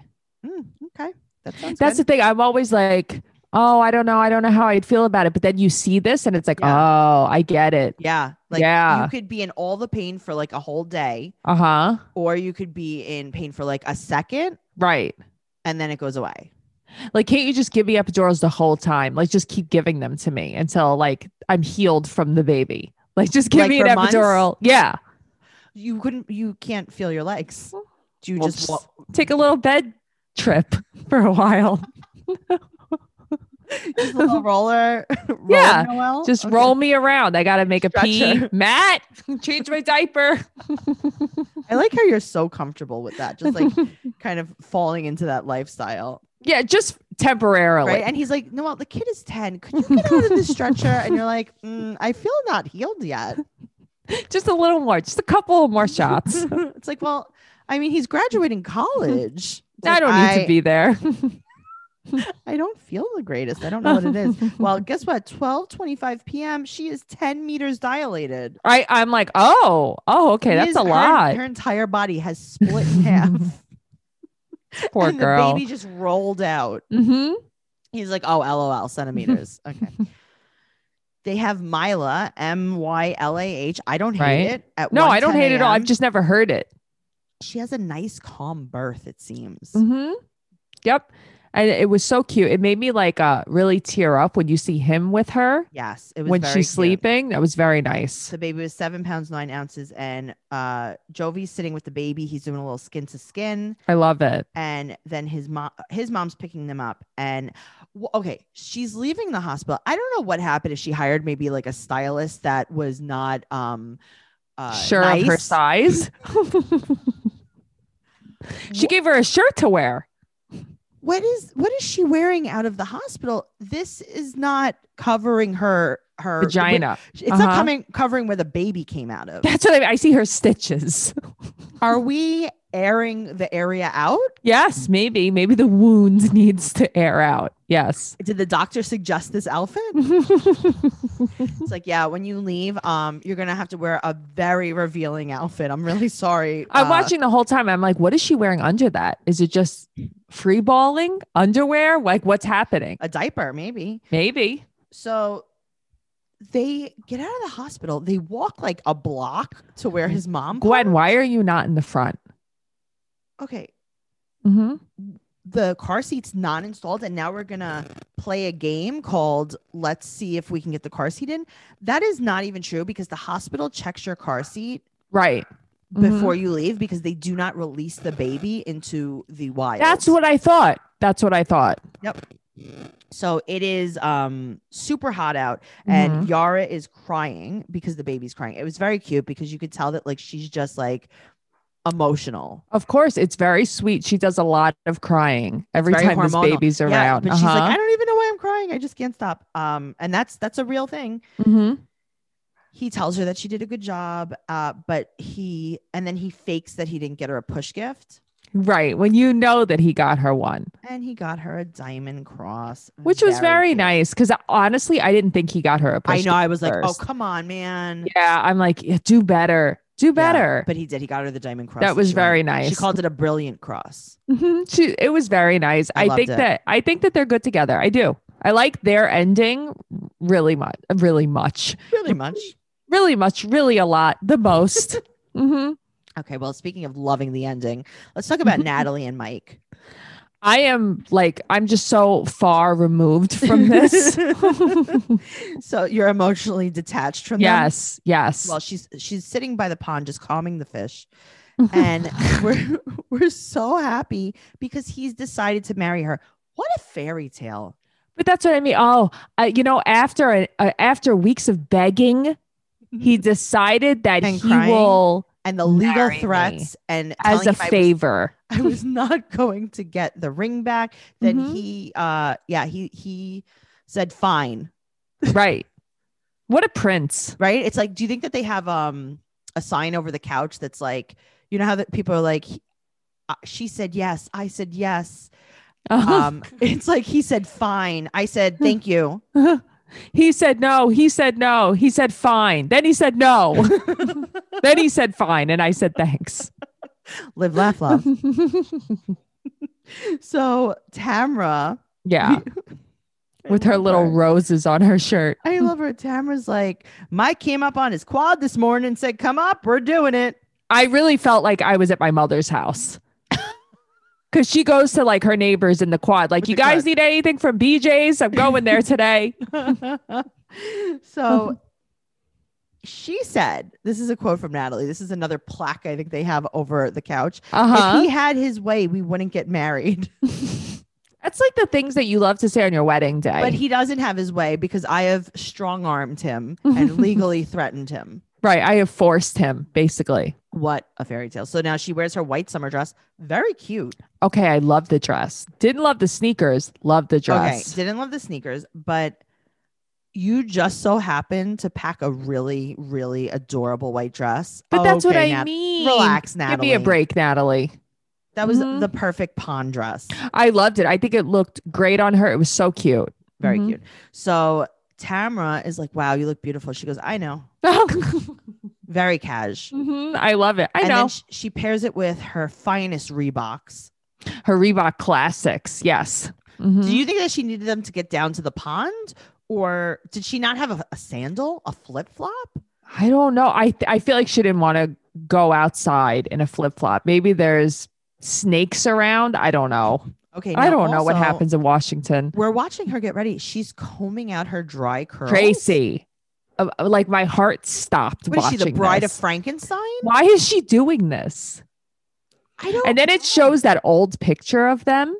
Speaker 2: like, mm, okay, that sounds
Speaker 3: That's
Speaker 2: good.
Speaker 3: the thing. I'm always like, oh, I don't know. I don't know how I'd feel about it. But then you see this and it's like,
Speaker 2: Yeah.
Speaker 3: oh, I get it.
Speaker 2: yeah, like
Speaker 3: Yeah.
Speaker 2: you could be in all the pain for like a whole day.
Speaker 3: Uh huh.
Speaker 2: or you could be in pain for like a second
Speaker 3: Right.
Speaker 2: and then it goes away.
Speaker 3: Like, can't you just give me epidurals the whole time? Like, just keep giving them to me until like I'm healed from the baby. Like, just give
Speaker 2: Like,
Speaker 3: me an
Speaker 2: for months?
Speaker 3: epidural. Yeah.
Speaker 2: You couldn't, you can't feel your legs. Do you
Speaker 3: Well,
Speaker 2: just, wa-
Speaker 3: Take a little bed trip *laughs* for a while.
Speaker 2: *laughs* just a little roller? *laughs* roller
Speaker 3: Yeah,
Speaker 2: Noel?
Speaker 3: Just
Speaker 2: Oh, Okay.
Speaker 3: roll me around. I got to make a pee.
Speaker 2: Stretcher.
Speaker 3: *laughs* Matt, change my diaper.
Speaker 2: I like how you're so comfortable with that, just
Speaker 3: *laughs*
Speaker 2: like kind of falling into that lifestyle.
Speaker 3: yeah, just temporarily.
Speaker 2: Right. And he's like, Noel, the kid is 10. Could
Speaker 3: *laughs*
Speaker 2: you get out of this stretcher? And you're like, "Mm, I feel not healed yet.
Speaker 3: *laughs* Just a little more, just a couple more shots.
Speaker 2: *laughs* it's like, well, I mean, he's graduating college. It's
Speaker 3: *laughs* I
Speaker 2: like,
Speaker 3: don't need to be there.
Speaker 2: I don't feel the greatest. I don't *laughs* know what it is. Well, guess what? 12 25 p.m. She is 10 meters dilated.
Speaker 3: *laughs* I I'm like, oh, oh, okay,
Speaker 2: She
Speaker 3: that's
Speaker 2: is-
Speaker 3: a
Speaker 2: her-
Speaker 3: lot.
Speaker 2: Her, entire body has split in half.
Speaker 3: *laughs* Poor
Speaker 2: and
Speaker 3: girl.
Speaker 2: The baby just rolled out.
Speaker 3: hmm
Speaker 2: He's like, oh, lol,
Speaker 3: *laughs*
Speaker 2: centimeters. Okay. They have Mila, M Y L A H. I don't hate
Speaker 3: Right.
Speaker 2: it. At
Speaker 3: No, I
Speaker 2: 1:10
Speaker 3: don't hate it at all. I've
Speaker 2: a.m..
Speaker 3: just never heard it.
Speaker 2: she has a nice, calm birth, it seems.
Speaker 3: hmm Yep, and it was so cute. It made me like uh really tear up when you see him with her
Speaker 2: Yes. It was
Speaker 3: when
Speaker 2: very
Speaker 3: she's
Speaker 2: cute.
Speaker 3: sleeping. That was very nice.
Speaker 2: The baby was seven pounds, nine ounces. And uh, Jovi's sitting with the baby. He's doing a little skin to skin.
Speaker 3: I love it.
Speaker 2: and then his mom his mom's picking them up and w- okay she's leaving the hospital i don't know what happened if she hired maybe like a stylist that was not um uh,
Speaker 3: sure of her
Speaker 2: nice.
Speaker 3: size. *laughs* she gave her a shirt to wear.
Speaker 2: what is what is she wearing out of the hospital this is not covering her her
Speaker 3: Vagina.
Speaker 2: it's
Speaker 3: Uh-huh.
Speaker 2: not coming covering where the baby came out of
Speaker 3: That's what I, I see her stitches. *laughs*
Speaker 2: are we airing the area out
Speaker 3: Yes, maybe. Maybe the wound needs to air out. Yes. *laughs*
Speaker 2: did the doctor suggest this outfit It's like, yeah, when you leave, um, you're gonna have to wear a very revealing outfit. I'm really sorry.
Speaker 3: I'm
Speaker 2: uh,
Speaker 3: watching the whole time. I'm like, what is she wearing under that? Is it just free balling underwear? Like, what's happening?
Speaker 2: a diaper, maybe.
Speaker 3: Maybe.
Speaker 2: So they get out of the hospital. They walk like a block to where his mom.
Speaker 3: Mm-hmm. Gwen,
Speaker 2: parked.
Speaker 3: why are you not in the front?
Speaker 2: Okay,
Speaker 3: hmm
Speaker 2: the car seat's not installed, and now we're gonna play a game called "Let's see if we can get the car seat in." That is not even true because the hospital checks your car seat
Speaker 3: Right. Mhm.
Speaker 2: before you leave because they do not release the baby into the wild.
Speaker 3: That's what I thought. That's what I thought.
Speaker 2: Yep. So it is um super hot out and
Speaker 3: Mm-hmm.
Speaker 2: Yara is crying because the baby's crying. It was very cute because you could tell that like she's just like emotional.
Speaker 3: Of course, it's very sweet. She does a lot of crying every
Speaker 2: very
Speaker 3: time this
Speaker 2: hormonal.
Speaker 3: baby's around.
Speaker 2: Yeah, but she's like
Speaker 3: Uh-huh.
Speaker 2: I don't even know why I'm crying. I just can't stop. Um and that's that's a real thing.
Speaker 3: Mhm.
Speaker 2: he tells her that she did a good job, uh, but he and then he fakes that he didn't get her a push gift,
Speaker 3: Right. When you know that he got her one,
Speaker 2: and he got her a diamond cross,
Speaker 3: which was very
Speaker 2: cute.
Speaker 3: nice. Because honestly, I didn't think he got her a push.
Speaker 2: I know. I was like,
Speaker 3: first.
Speaker 2: oh come on, man.
Speaker 3: Yeah. I'm like, yeah, do better. Do
Speaker 2: Yeah,
Speaker 3: better.
Speaker 2: but he did. He got her the diamond cross.
Speaker 3: that was
Speaker 2: she wanted.
Speaker 3: very
Speaker 2: She
Speaker 3: nice.
Speaker 2: called it a brilliant cross.
Speaker 3: Mhm. She, it was very nice.
Speaker 2: I
Speaker 3: I,
Speaker 2: loved
Speaker 3: think
Speaker 2: it.
Speaker 3: that I think that they're good together. I do. I like their ending really much, really much,
Speaker 2: Really much.
Speaker 3: really much, really a lot, the
Speaker 2: *laughs*
Speaker 3: most.
Speaker 2: Mm-hmm.
Speaker 3: hmm
Speaker 2: Okay. Well, speaking of loving the ending, let's talk
Speaker 3: Mm-hmm.
Speaker 2: about Natalie and
Speaker 3: *laughs*
Speaker 2: Mike.
Speaker 3: I am like I'm just so far removed
Speaker 2: *laughs*
Speaker 3: from *laughs* this.
Speaker 2: So you're emotionally detached from them.
Speaker 3: yes, yes. *laughs*
Speaker 2: Well, she's she's sitting by the pond, just calming the
Speaker 3: *sighs*
Speaker 2: fish. and we're *laughs* we're so happy because he's decided to marry her. What a fairy tale!
Speaker 3: but that's what I mean. Oh, uh, you know, after uh, after weeks of begging, he decided that
Speaker 2: Mm-hmm. And
Speaker 3: he
Speaker 2: crying.
Speaker 3: will
Speaker 2: and the legal
Speaker 3: Marry me.
Speaker 2: threats and telling
Speaker 3: as a
Speaker 2: him I was-
Speaker 3: favor.
Speaker 2: *laughs* I was, not going to get the ring back. Then
Speaker 3: Mhm.
Speaker 2: he, uh, yeah, he he said fine,
Speaker 3: right. What a prince. *laughs*
Speaker 2: right? It's like, do you think that they have um a sign over the couch that's like, you know how that people are like, he- uh, she said yes, I said yes.
Speaker 3: Oh,
Speaker 2: Um, it's like he said fine, I said thank you.
Speaker 3: He said no. He said no. He said fine. Then he said
Speaker 2: *laughs*
Speaker 3: no. then he said fine. And I said thanks.
Speaker 2: Live, laugh,
Speaker 3: *laughs*
Speaker 2: love. Um, So Tamra,
Speaker 3: yeah.
Speaker 2: I
Speaker 3: *laughs* With her
Speaker 2: love
Speaker 3: little roses on her shirt.
Speaker 2: I love her. Tamra's like, Mike came up on his quad this morning and said, Come up, we're doing it.
Speaker 3: I really felt like I was at my
Speaker 2: *laughs*
Speaker 3: mother's house. Cause she goes to like her neighbors in the quad, like,
Speaker 2: With
Speaker 3: you
Speaker 2: the
Speaker 3: guys
Speaker 2: cut.
Speaker 3: need anything from BJ's? I'm going
Speaker 2: *laughs*
Speaker 3: there today.
Speaker 2: so she said, This is a quote from Natalie. This is another plaque I think they have over the couch. If
Speaker 3: Uh-huh.
Speaker 2: he had his way, we wouldn't get married. *laughs*
Speaker 3: That's like the things that you love to say on your wedding day.
Speaker 2: But he doesn't have his way because I have strong armed
Speaker 3: *laughs*
Speaker 2: him and legally threatened him.
Speaker 3: right. I have forced him, basically.
Speaker 2: What a fairy tale. So now she wears her white summer dress. Very cute.
Speaker 3: Okay, I love the dress. Didn't love the sneakers, love the dress.
Speaker 2: Okay, didn't love the sneakers, but you just so happened to pack a really, really adorable white dress.
Speaker 3: But that's what
Speaker 2: Okay,
Speaker 3: I
Speaker 2: Nat-
Speaker 3: mean.
Speaker 2: Relax,
Speaker 3: Give
Speaker 2: Natalie.
Speaker 3: me a break, Natalie.
Speaker 2: That was
Speaker 3: Mhm.
Speaker 2: the perfect pawn dress.
Speaker 3: I loved it. I think it looked great on her. It was so cute.
Speaker 2: Very
Speaker 3: Mhm.
Speaker 2: cute. So Tamra is like, "Wow, you look beautiful." She goes, "I know."
Speaker 3: Mm-hmm. *laughs*
Speaker 2: Very cash.
Speaker 3: Mhm, I love it. I
Speaker 2: and
Speaker 3: know.
Speaker 2: then she, she pairs it with her finest Reeboks.
Speaker 3: her Reebok classics. Yes. Mhm.
Speaker 2: Do you think that she needed them to get down to the pond, or did she not have a, a sandal, a flip flop?
Speaker 3: I don't know. I th- I feel like she didn't want to go outside in a flip flop. Maybe there's snakes around. I don't know.
Speaker 2: Okay,
Speaker 3: I
Speaker 2: now
Speaker 3: don't know what
Speaker 2: also-
Speaker 3: happens in Washington.
Speaker 2: We're watching her get ready. She's combing out her dry curls.
Speaker 3: Tracy, uh, like my heart stopped
Speaker 2: What is she,
Speaker 3: watching
Speaker 2: the bride
Speaker 3: this.
Speaker 2: of Frankenstein?
Speaker 3: Why is she doing this?
Speaker 2: I don't.
Speaker 3: And then it shows that old picture of them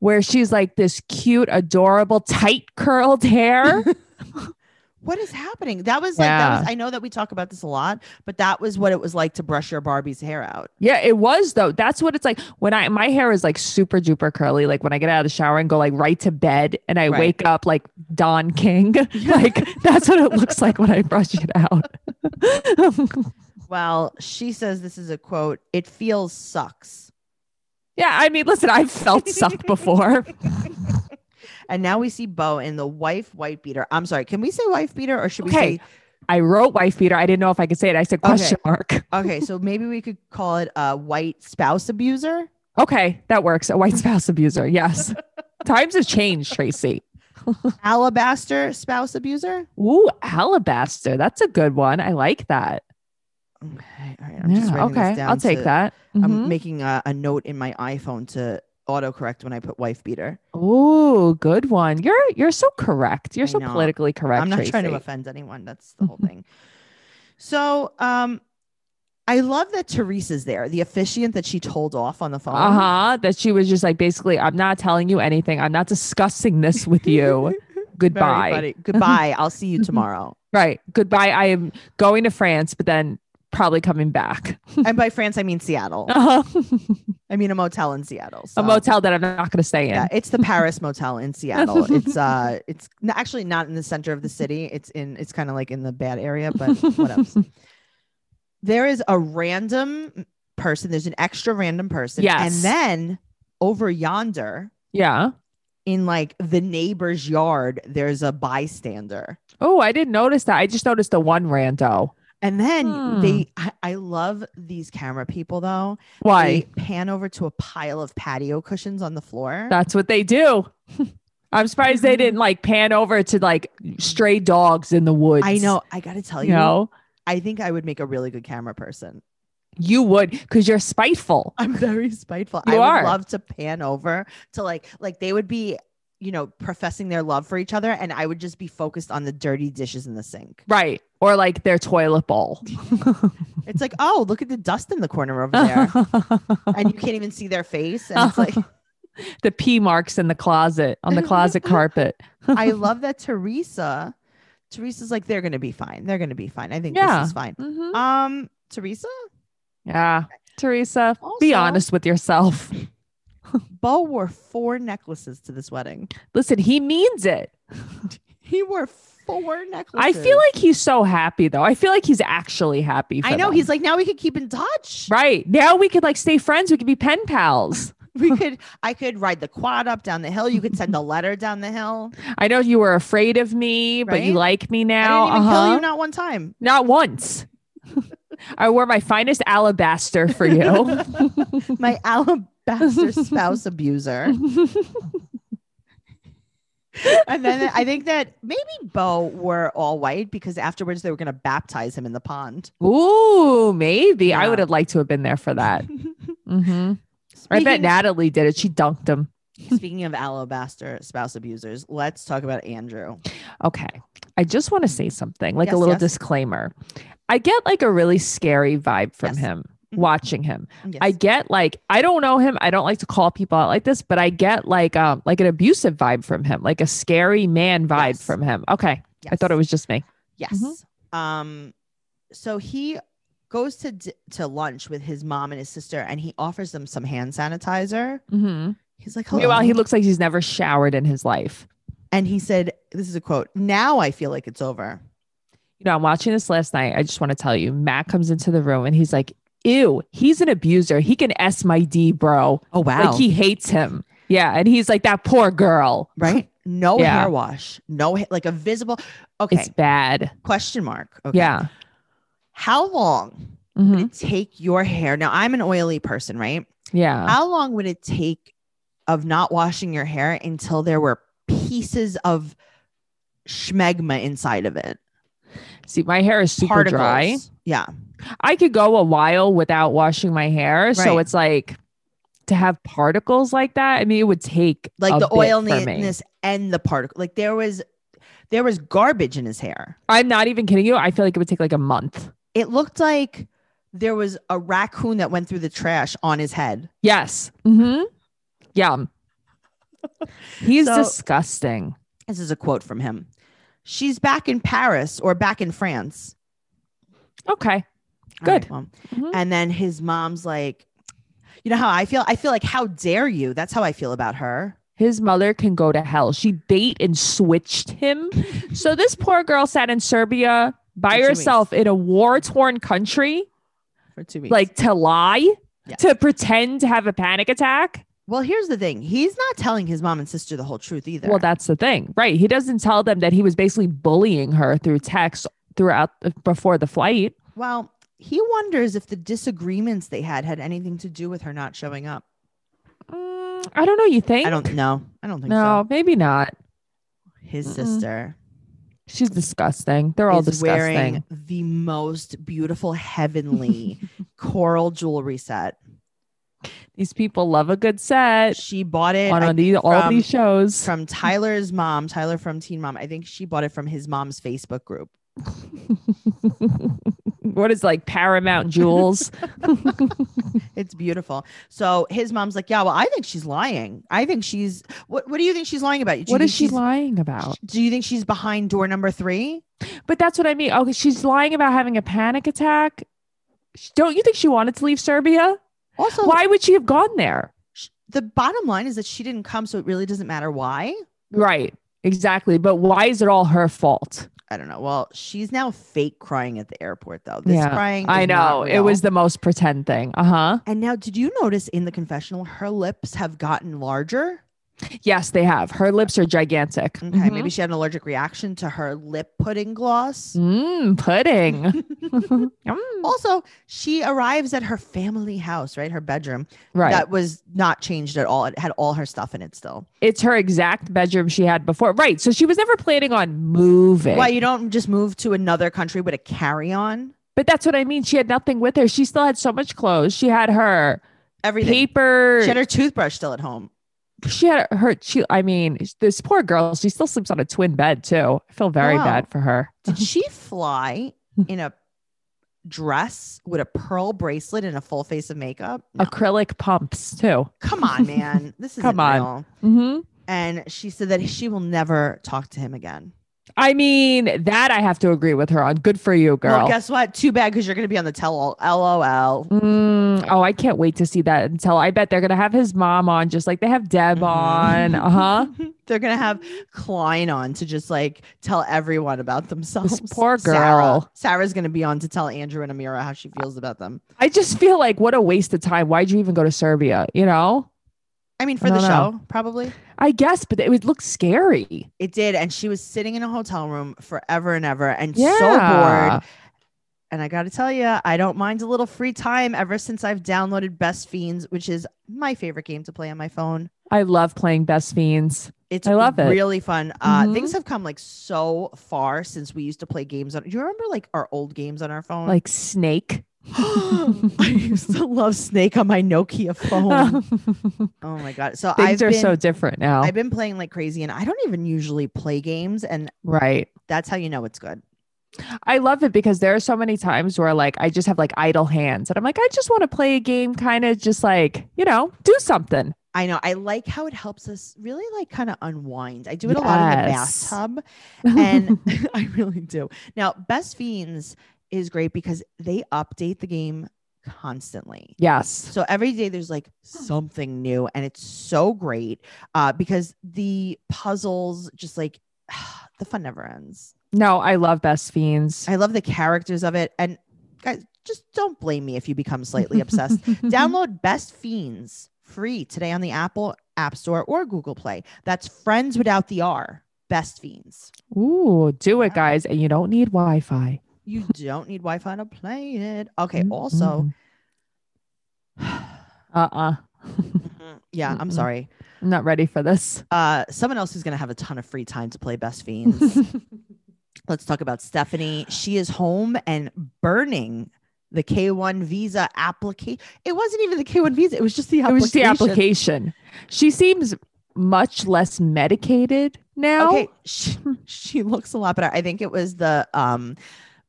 Speaker 3: where she's like this cute, adorable, tight curled hair.
Speaker 2: what is happening. That was like that was. I know that we talk about this a lot, but that was what it was like to brush your Barbie's hair out.
Speaker 3: Yeah, it was though. That's what it's like when I my hair is like super duper curly. Like when I get out of the shower and go like right to bed, and I
Speaker 2: Right.
Speaker 3: wake up like
Speaker 2: *laughs*
Speaker 3: Don King. *laughs* like that's what it looks like when I brush it out. *laughs*
Speaker 2: Well, she says this is a quote. It feels sucks.
Speaker 3: yeah, I mean, listen, I've felt sucked before.
Speaker 2: And now we see Bo in the wife white beater. I'm sorry. Can we say wife beater or should we *laughs*
Speaker 3: Okay.
Speaker 2: say?
Speaker 3: I wrote wife beater. I didn't know if I could say it. I said
Speaker 2: Okay.
Speaker 3: question mark.
Speaker 2: Okay, so maybe we could call it a white spouse abuser.
Speaker 3: Okay, that works. A white spouse
Speaker 2: *laughs*
Speaker 3: abuser. Yes. Times have changed, Tracy.
Speaker 2: Alabaster spouse abuser.
Speaker 3: Ooh, alabaster. That's a good one. I like that.
Speaker 2: Okay, all right. I'm just
Speaker 3: Yeah,
Speaker 2: writing
Speaker 3: okay.
Speaker 2: this down.
Speaker 3: I'll take
Speaker 2: to-
Speaker 3: that. Mm-hmm.
Speaker 2: I'm making a, a note in my iPhone to autocorrect when I put wife beater.
Speaker 3: Oh, good one. You're you're so correct. You're
Speaker 2: I
Speaker 3: so
Speaker 2: know.
Speaker 3: politically correct.
Speaker 2: I'm not trying to
Speaker 3: *laughs* Tracy.
Speaker 2: offend anyone. That's the whole thing. So, um, I love that Teresa's there, the officiant that she told off on the phone.
Speaker 3: Uh huh. That she was just like, basically, I'm not telling you anything. I'm not discussing this with you.
Speaker 2: *laughs* Very
Speaker 3: Goodbye. *laughs*
Speaker 2: funny. Goodbye. I'll see you tomorrow.
Speaker 3: Right. Goodbye. I am going to France, but then probably coming back. *laughs*
Speaker 2: and by France, I mean Seattle.
Speaker 3: Uh-huh.
Speaker 2: I mean a motel in Seattle.
Speaker 3: A
Speaker 2: so-
Speaker 3: motel that I'm not going to stay in.
Speaker 2: Yeah, it's the Paris Motel in
Speaker 3: *laughs*
Speaker 2: Seattle. It's uh, it's n- actually not in the center of the city. It's in, it's kind of like in the bad area, but what else?
Speaker 3: *laughs*
Speaker 2: There is a random person. There's an extra random person.
Speaker 3: Yes.
Speaker 2: And then over yonder,
Speaker 3: Yeah.
Speaker 2: in like the neighbor's yard, there's a bystander.
Speaker 3: Oh, I didn't notice that. I just noticed the one rando.
Speaker 2: And then
Speaker 3: Hmm.
Speaker 2: they, I, I love these camera people though.
Speaker 3: Why?
Speaker 2: They pan over to a pile of patio cushions on the floor.
Speaker 3: That's what they do. *laughs* I'm surprised they didn't like pan over to like stray dogs in the woods.
Speaker 2: Mm-hmm. I know. I got to tell
Speaker 3: You
Speaker 2: you,
Speaker 3: know,
Speaker 2: I think I would make a really good camera person. *laughs*
Speaker 3: you would because you're spiteful.
Speaker 2: I'm very spiteful. I
Speaker 3: You
Speaker 2: would
Speaker 3: are.
Speaker 2: love to pan over to like like they would be, you know, professing their love for each other and I would just be focused on the dirty dishes in the sink.
Speaker 3: Right. Or like their toilet bowl.
Speaker 2: It's
Speaker 3: *laughs*
Speaker 2: like, "Oh, look at the dust in the corner over there." and you can't even see their face and it's like
Speaker 3: the pee marks in the closet on the closet
Speaker 2: Mm-hmm.
Speaker 3: carpet. *laughs*
Speaker 2: I love that Teresa Teresa's like they're going to be fine. They're going to be fine. I think
Speaker 3: Yeah.
Speaker 2: this is fine.
Speaker 3: Mhm.
Speaker 2: Um Teresa,
Speaker 3: Yeah. Teresa, be
Speaker 2: Also-
Speaker 3: honest with yourself.
Speaker 2: Bo wore four necklaces to this wedding.
Speaker 3: Listen, he means it.
Speaker 2: He wore four
Speaker 3: I
Speaker 2: necklaces.
Speaker 3: feel like he's so happy though. I feel like he's actually happy. For
Speaker 2: I know
Speaker 3: them.
Speaker 2: he's like now we could keep in touch.
Speaker 3: right now. We could like stay friends. We could be pen pals.
Speaker 2: We could I could ride the quad up down the hill. You could send a letter down the hill.
Speaker 3: I know you were afraid of me, but you
Speaker 2: Right?
Speaker 3: like me
Speaker 2: I
Speaker 3: now.
Speaker 2: didn't even
Speaker 3: Uh-huh.
Speaker 2: kill you not one time. *laughs*
Speaker 3: Not once. I wore my finest alabaster for
Speaker 2: *laughs*
Speaker 3: you. *laughs*
Speaker 2: My alabaster spouse abuser. And then I think that maybe Bo were all white because afterwards they were gonna baptize him in the pond.
Speaker 3: Ooh, maybe I
Speaker 2: Yeah.
Speaker 3: would have liked to have been there
Speaker 2: *laughs*
Speaker 3: for that. hmm I bet
Speaker 2: Speaking-
Speaker 3: Natalie did it. She dunked him.
Speaker 2: Speaking of alabaster spouse abusers, let's talk about Andrew.
Speaker 3: Okay. I just want to say something, like a
Speaker 2: Yes,
Speaker 3: little
Speaker 2: yes.
Speaker 3: disclaimer. I get like a really scary vibe from
Speaker 2: Yes.
Speaker 3: him
Speaker 2: Mhm.
Speaker 3: watching him.
Speaker 2: Yes.
Speaker 3: I get like I don't know him. I don't like to call people out like this, but I get like um like an abusive vibe from him, like a scary man vibe
Speaker 2: Yes.
Speaker 3: from him. Okay. I thought
Speaker 2: Yes.
Speaker 3: it was Mm-hmm. just me.
Speaker 2: Yes. Um, so he goes to d- to lunch with his mom and his sister, and he offers them some hand sanitizer.
Speaker 3: Mm-hmm.
Speaker 2: He's like, "Hello,"
Speaker 3: Meanwhile, he looks like he's never showered in his life.
Speaker 2: and he said, "This is a quote. Now I feel like it's over."
Speaker 3: You know, I'm watching this last night. I just want to tell you, Matt comes into the room and he's like, "Ew, he's an abuser. He can s my d, bro.
Speaker 2: Oh wow!
Speaker 3: Like he hates him." Yeah, and he's like, "That poor girl.
Speaker 2: right? No
Speaker 3: Yeah.
Speaker 2: hair wash. No, ha- like a visible. Okay.
Speaker 3: It's bad."
Speaker 2: question mark. Okay.
Speaker 3: Yeah.
Speaker 2: How long
Speaker 3: Mhm.
Speaker 2: would it take your hair? Now I'm an oily person, right?
Speaker 3: Yeah.
Speaker 2: How long would it take of not washing your hair until there were pieces of schmegma inside of it? Uh,
Speaker 3: See, my hair is super dry.
Speaker 2: Yeah.
Speaker 3: I could go a while without washing my hair. So
Speaker 2: Right.
Speaker 3: it's like to have particles like that. I mean, it would take
Speaker 2: Like
Speaker 3: a
Speaker 2: the
Speaker 3: bit
Speaker 2: oil
Speaker 3: for me.
Speaker 2: oiliness and the particle. Like there was there was garbage in his hair.
Speaker 3: I'm not even kidding you. I feel like it would take like a month.
Speaker 2: It looked like there was a raccoon that went through the trash on his head.
Speaker 3: Yes. Mm-hmm. Yeah. He's
Speaker 2: So-
Speaker 3: disgusting.
Speaker 2: This is a quote from him. She's back in Paris or back in France.
Speaker 3: Okay.
Speaker 2: All right,
Speaker 3: Good.
Speaker 2: well,
Speaker 3: Mhm.
Speaker 2: And then his mom's like, you know how I feel? I feel like, how dare you? That's how I feel about her.
Speaker 3: His mother can go to hell. She bait and
Speaker 2: *laughs*
Speaker 3: switched him. so this poor girl sat in Serbia
Speaker 2: For
Speaker 3: by
Speaker 2: two
Speaker 3: herself in a war torn country,
Speaker 2: For two weeks.
Speaker 3: like to lie,
Speaker 2: Yes.
Speaker 3: to pretend to have a panic attack.
Speaker 2: well, here's the thing. He's not telling his mom and sister the whole truth either.
Speaker 3: Well, that's the thing, right? He doesn't tell them that he was basically bullying her through text throughout uh, before the flight.
Speaker 2: Well, he wonders if the disagreements they had had anything to do with her not showing up.
Speaker 3: Mm, I don't know. You think?
Speaker 2: I don't know. I don't think
Speaker 3: No,
Speaker 2: so.
Speaker 3: maybe not.
Speaker 2: His
Speaker 3: Mm-mm.
Speaker 2: sister
Speaker 3: She's disgusting. They're all
Speaker 2: is
Speaker 3: disgusting.
Speaker 2: wearing the most beautiful heavenly
Speaker 3: *laughs*
Speaker 2: coral jewelry set.
Speaker 3: These people love a good set
Speaker 2: She bought it
Speaker 3: on,
Speaker 2: I
Speaker 3: on these, all
Speaker 2: from-
Speaker 3: these shows.
Speaker 2: from Tyler's mom, Tyler from Teen Mom. I think she bought it from his mom's Facebook group.
Speaker 3: *laughs* what is like
Speaker 2: *laughs*
Speaker 3: Paramount Jewels?
Speaker 2: It's beautiful. So his mom's like, yeah, well, I think she's lying. I think she's. What What do you think she's lying about? Do you
Speaker 3: what is
Speaker 2: think
Speaker 3: she
Speaker 2: she's-
Speaker 3: lying about?
Speaker 2: Do you think she's behind door number three?
Speaker 3: But that's what I mean. Okay, she's lying about having a panic attack. Sh- Don't you think she wanted to leave Serbia?
Speaker 2: Also,
Speaker 3: Why would she have gone there?
Speaker 2: sh- the bottom line is that she didn't come, so it really doesn't matter why.
Speaker 3: Right. Exactly. But why is it all her fault?
Speaker 2: I don't know. Well, she's now fake crying at the airport, though. This
Speaker 3: Yeah,
Speaker 2: crying,
Speaker 3: I
Speaker 2: is not
Speaker 3: know. It was
Speaker 2: real.
Speaker 3: the most pretend thing. Uh huh.
Speaker 2: And now, did you notice in the confessional her lips have gotten larger?
Speaker 3: Yes, they have. Her lips are gigantic.
Speaker 2: Okay, maybe she had an allergic reaction to her lip pudding gloss.
Speaker 3: Mhm. Mm, pudding.
Speaker 2: *laughs*
Speaker 3: Mm.
Speaker 2: Also, she arrives at her family house, right? Her bedroom
Speaker 3: Right.
Speaker 2: that was not changed at all. It had all her stuff in it still.
Speaker 3: it's her exact bedroom she had before. Right. So she was never planning on moving.
Speaker 2: Why you don't just move to another country with a carry on?
Speaker 3: But that's what I mean. She had nothing with her. She still had so much clothes. She had her
Speaker 2: Everything.
Speaker 3: paper.
Speaker 2: She had her toothbrush still at home.
Speaker 3: she had her she i mean this poor girl she still sleeps on a twin bed too i feel very
Speaker 2: Wow.
Speaker 3: bad for her *laughs*
Speaker 2: Did she fly in a dress with a pearl bracelet and a full face of makeup? No.
Speaker 3: acrylic pumps too
Speaker 2: Come on,
Speaker 3: *laughs*
Speaker 2: man. This is
Speaker 3: Come on.
Speaker 2: real.
Speaker 3: hmm
Speaker 2: And she said that she will never talk to him again.
Speaker 3: i mean that i have to agree with her on good for you girl
Speaker 2: Well, guess what? Too bad because you're going to be on the tell all. LOL.
Speaker 3: Mm, oh i can't wait to see that until i bet they're gonna have his mom on just like they have deb
Speaker 2: Mhm.
Speaker 3: on uh-huh
Speaker 2: They're going to have Klein on to just like tell everyone about themselves.
Speaker 3: poor
Speaker 2: Sarah.
Speaker 3: girl.
Speaker 2: Sarah's going to be on to tell Andrew and Amira how she feels about them.
Speaker 3: i just feel like what a waste of time why'd you even go to serbia you know
Speaker 2: I mean, for
Speaker 3: I
Speaker 2: the
Speaker 3: don't
Speaker 2: show,
Speaker 3: know.
Speaker 2: probably.
Speaker 3: i guess but it would look scary
Speaker 2: It did. And she was sitting in a hotel room forever and ever and
Speaker 3: yeah
Speaker 2: so bored. And I got to tell you, I don't mind a little free time ever since I've downloaded Best Fiends, which is my favorite game to play on my phone.
Speaker 3: i love playing best fiends
Speaker 2: It's
Speaker 3: I love it.
Speaker 2: really fun. Uh,
Speaker 3: Mhm.
Speaker 2: Things have come like so far since we used to play games on. Do you remember like our old games on our phone?
Speaker 3: like snake
Speaker 2: *gasps* I used to love Snake on my Nokia phone. oh my god! So I've
Speaker 3: *laughs* things are
Speaker 2: been
Speaker 3: so different now
Speaker 2: I've been playing like crazy, and I don't even usually play games, and
Speaker 3: right
Speaker 2: that's how you know it's good.
Speaker 3: i love it because there are so many times where like i just have like idle hands and i'm like i just want to play a game kind of just like you know do something
Speaker 2: I know. I like how it helps us really like kind of unwind. I do it a lot in the
Speaker 3: Yes. *laughs*
Speaker 2: bathtub, and *laughs* I really do. Now, Best Fiends is great because they update the game constantly.
Speaker 3: yes
Speaker 2: So every day there's like something new, and it's so great uh, because the puzzles just like *sighs* the fun never ends.
Speaker 3: no i love best fiends
Speaker 2: I love the characters of it, and guys, just don't blame me if you become
Speaker 3: *laughs*
Speaker 2: slightly obsessed.
Speaker 3: Mm-hmm.
Speaker 2: Download Best Fiends free today on the Apple App Store or Google Play. That's friends without the R. Best Fiends.
Speaker 3: ooh do
Speaker 2: Yeah.
Speaker 3: it guys and you don't need wi-fi
Speaker 2: You don't need Wi Fi to play it. Okay.
Speaker 3: Mm-hmm. *laughs*
Speaker 2: Also,
Speaker 3: Mm-mm. *sighs* uh-uh
Speaker 2: Mhm. yeah, I'm
Speaker 3: Mm-mm.
Speaker 2: sorry.
Speaker 3: i'm not ready
Speaker 2: *laughs*
Speaker 3: for this
Speaker 2: Uh, someone else who's going to have a ton of free time to play Best Fiends. Let's talk about Stephanie. She is home and burning the K1 visa application. It wasn't even the K1 visa, it was just the
Speaker 3: it
Speaker 2: application.
Speaker 3: was the application she seems much less medicated now
Speaker 2: Okay, she, she looks a lot better. I think it was the um,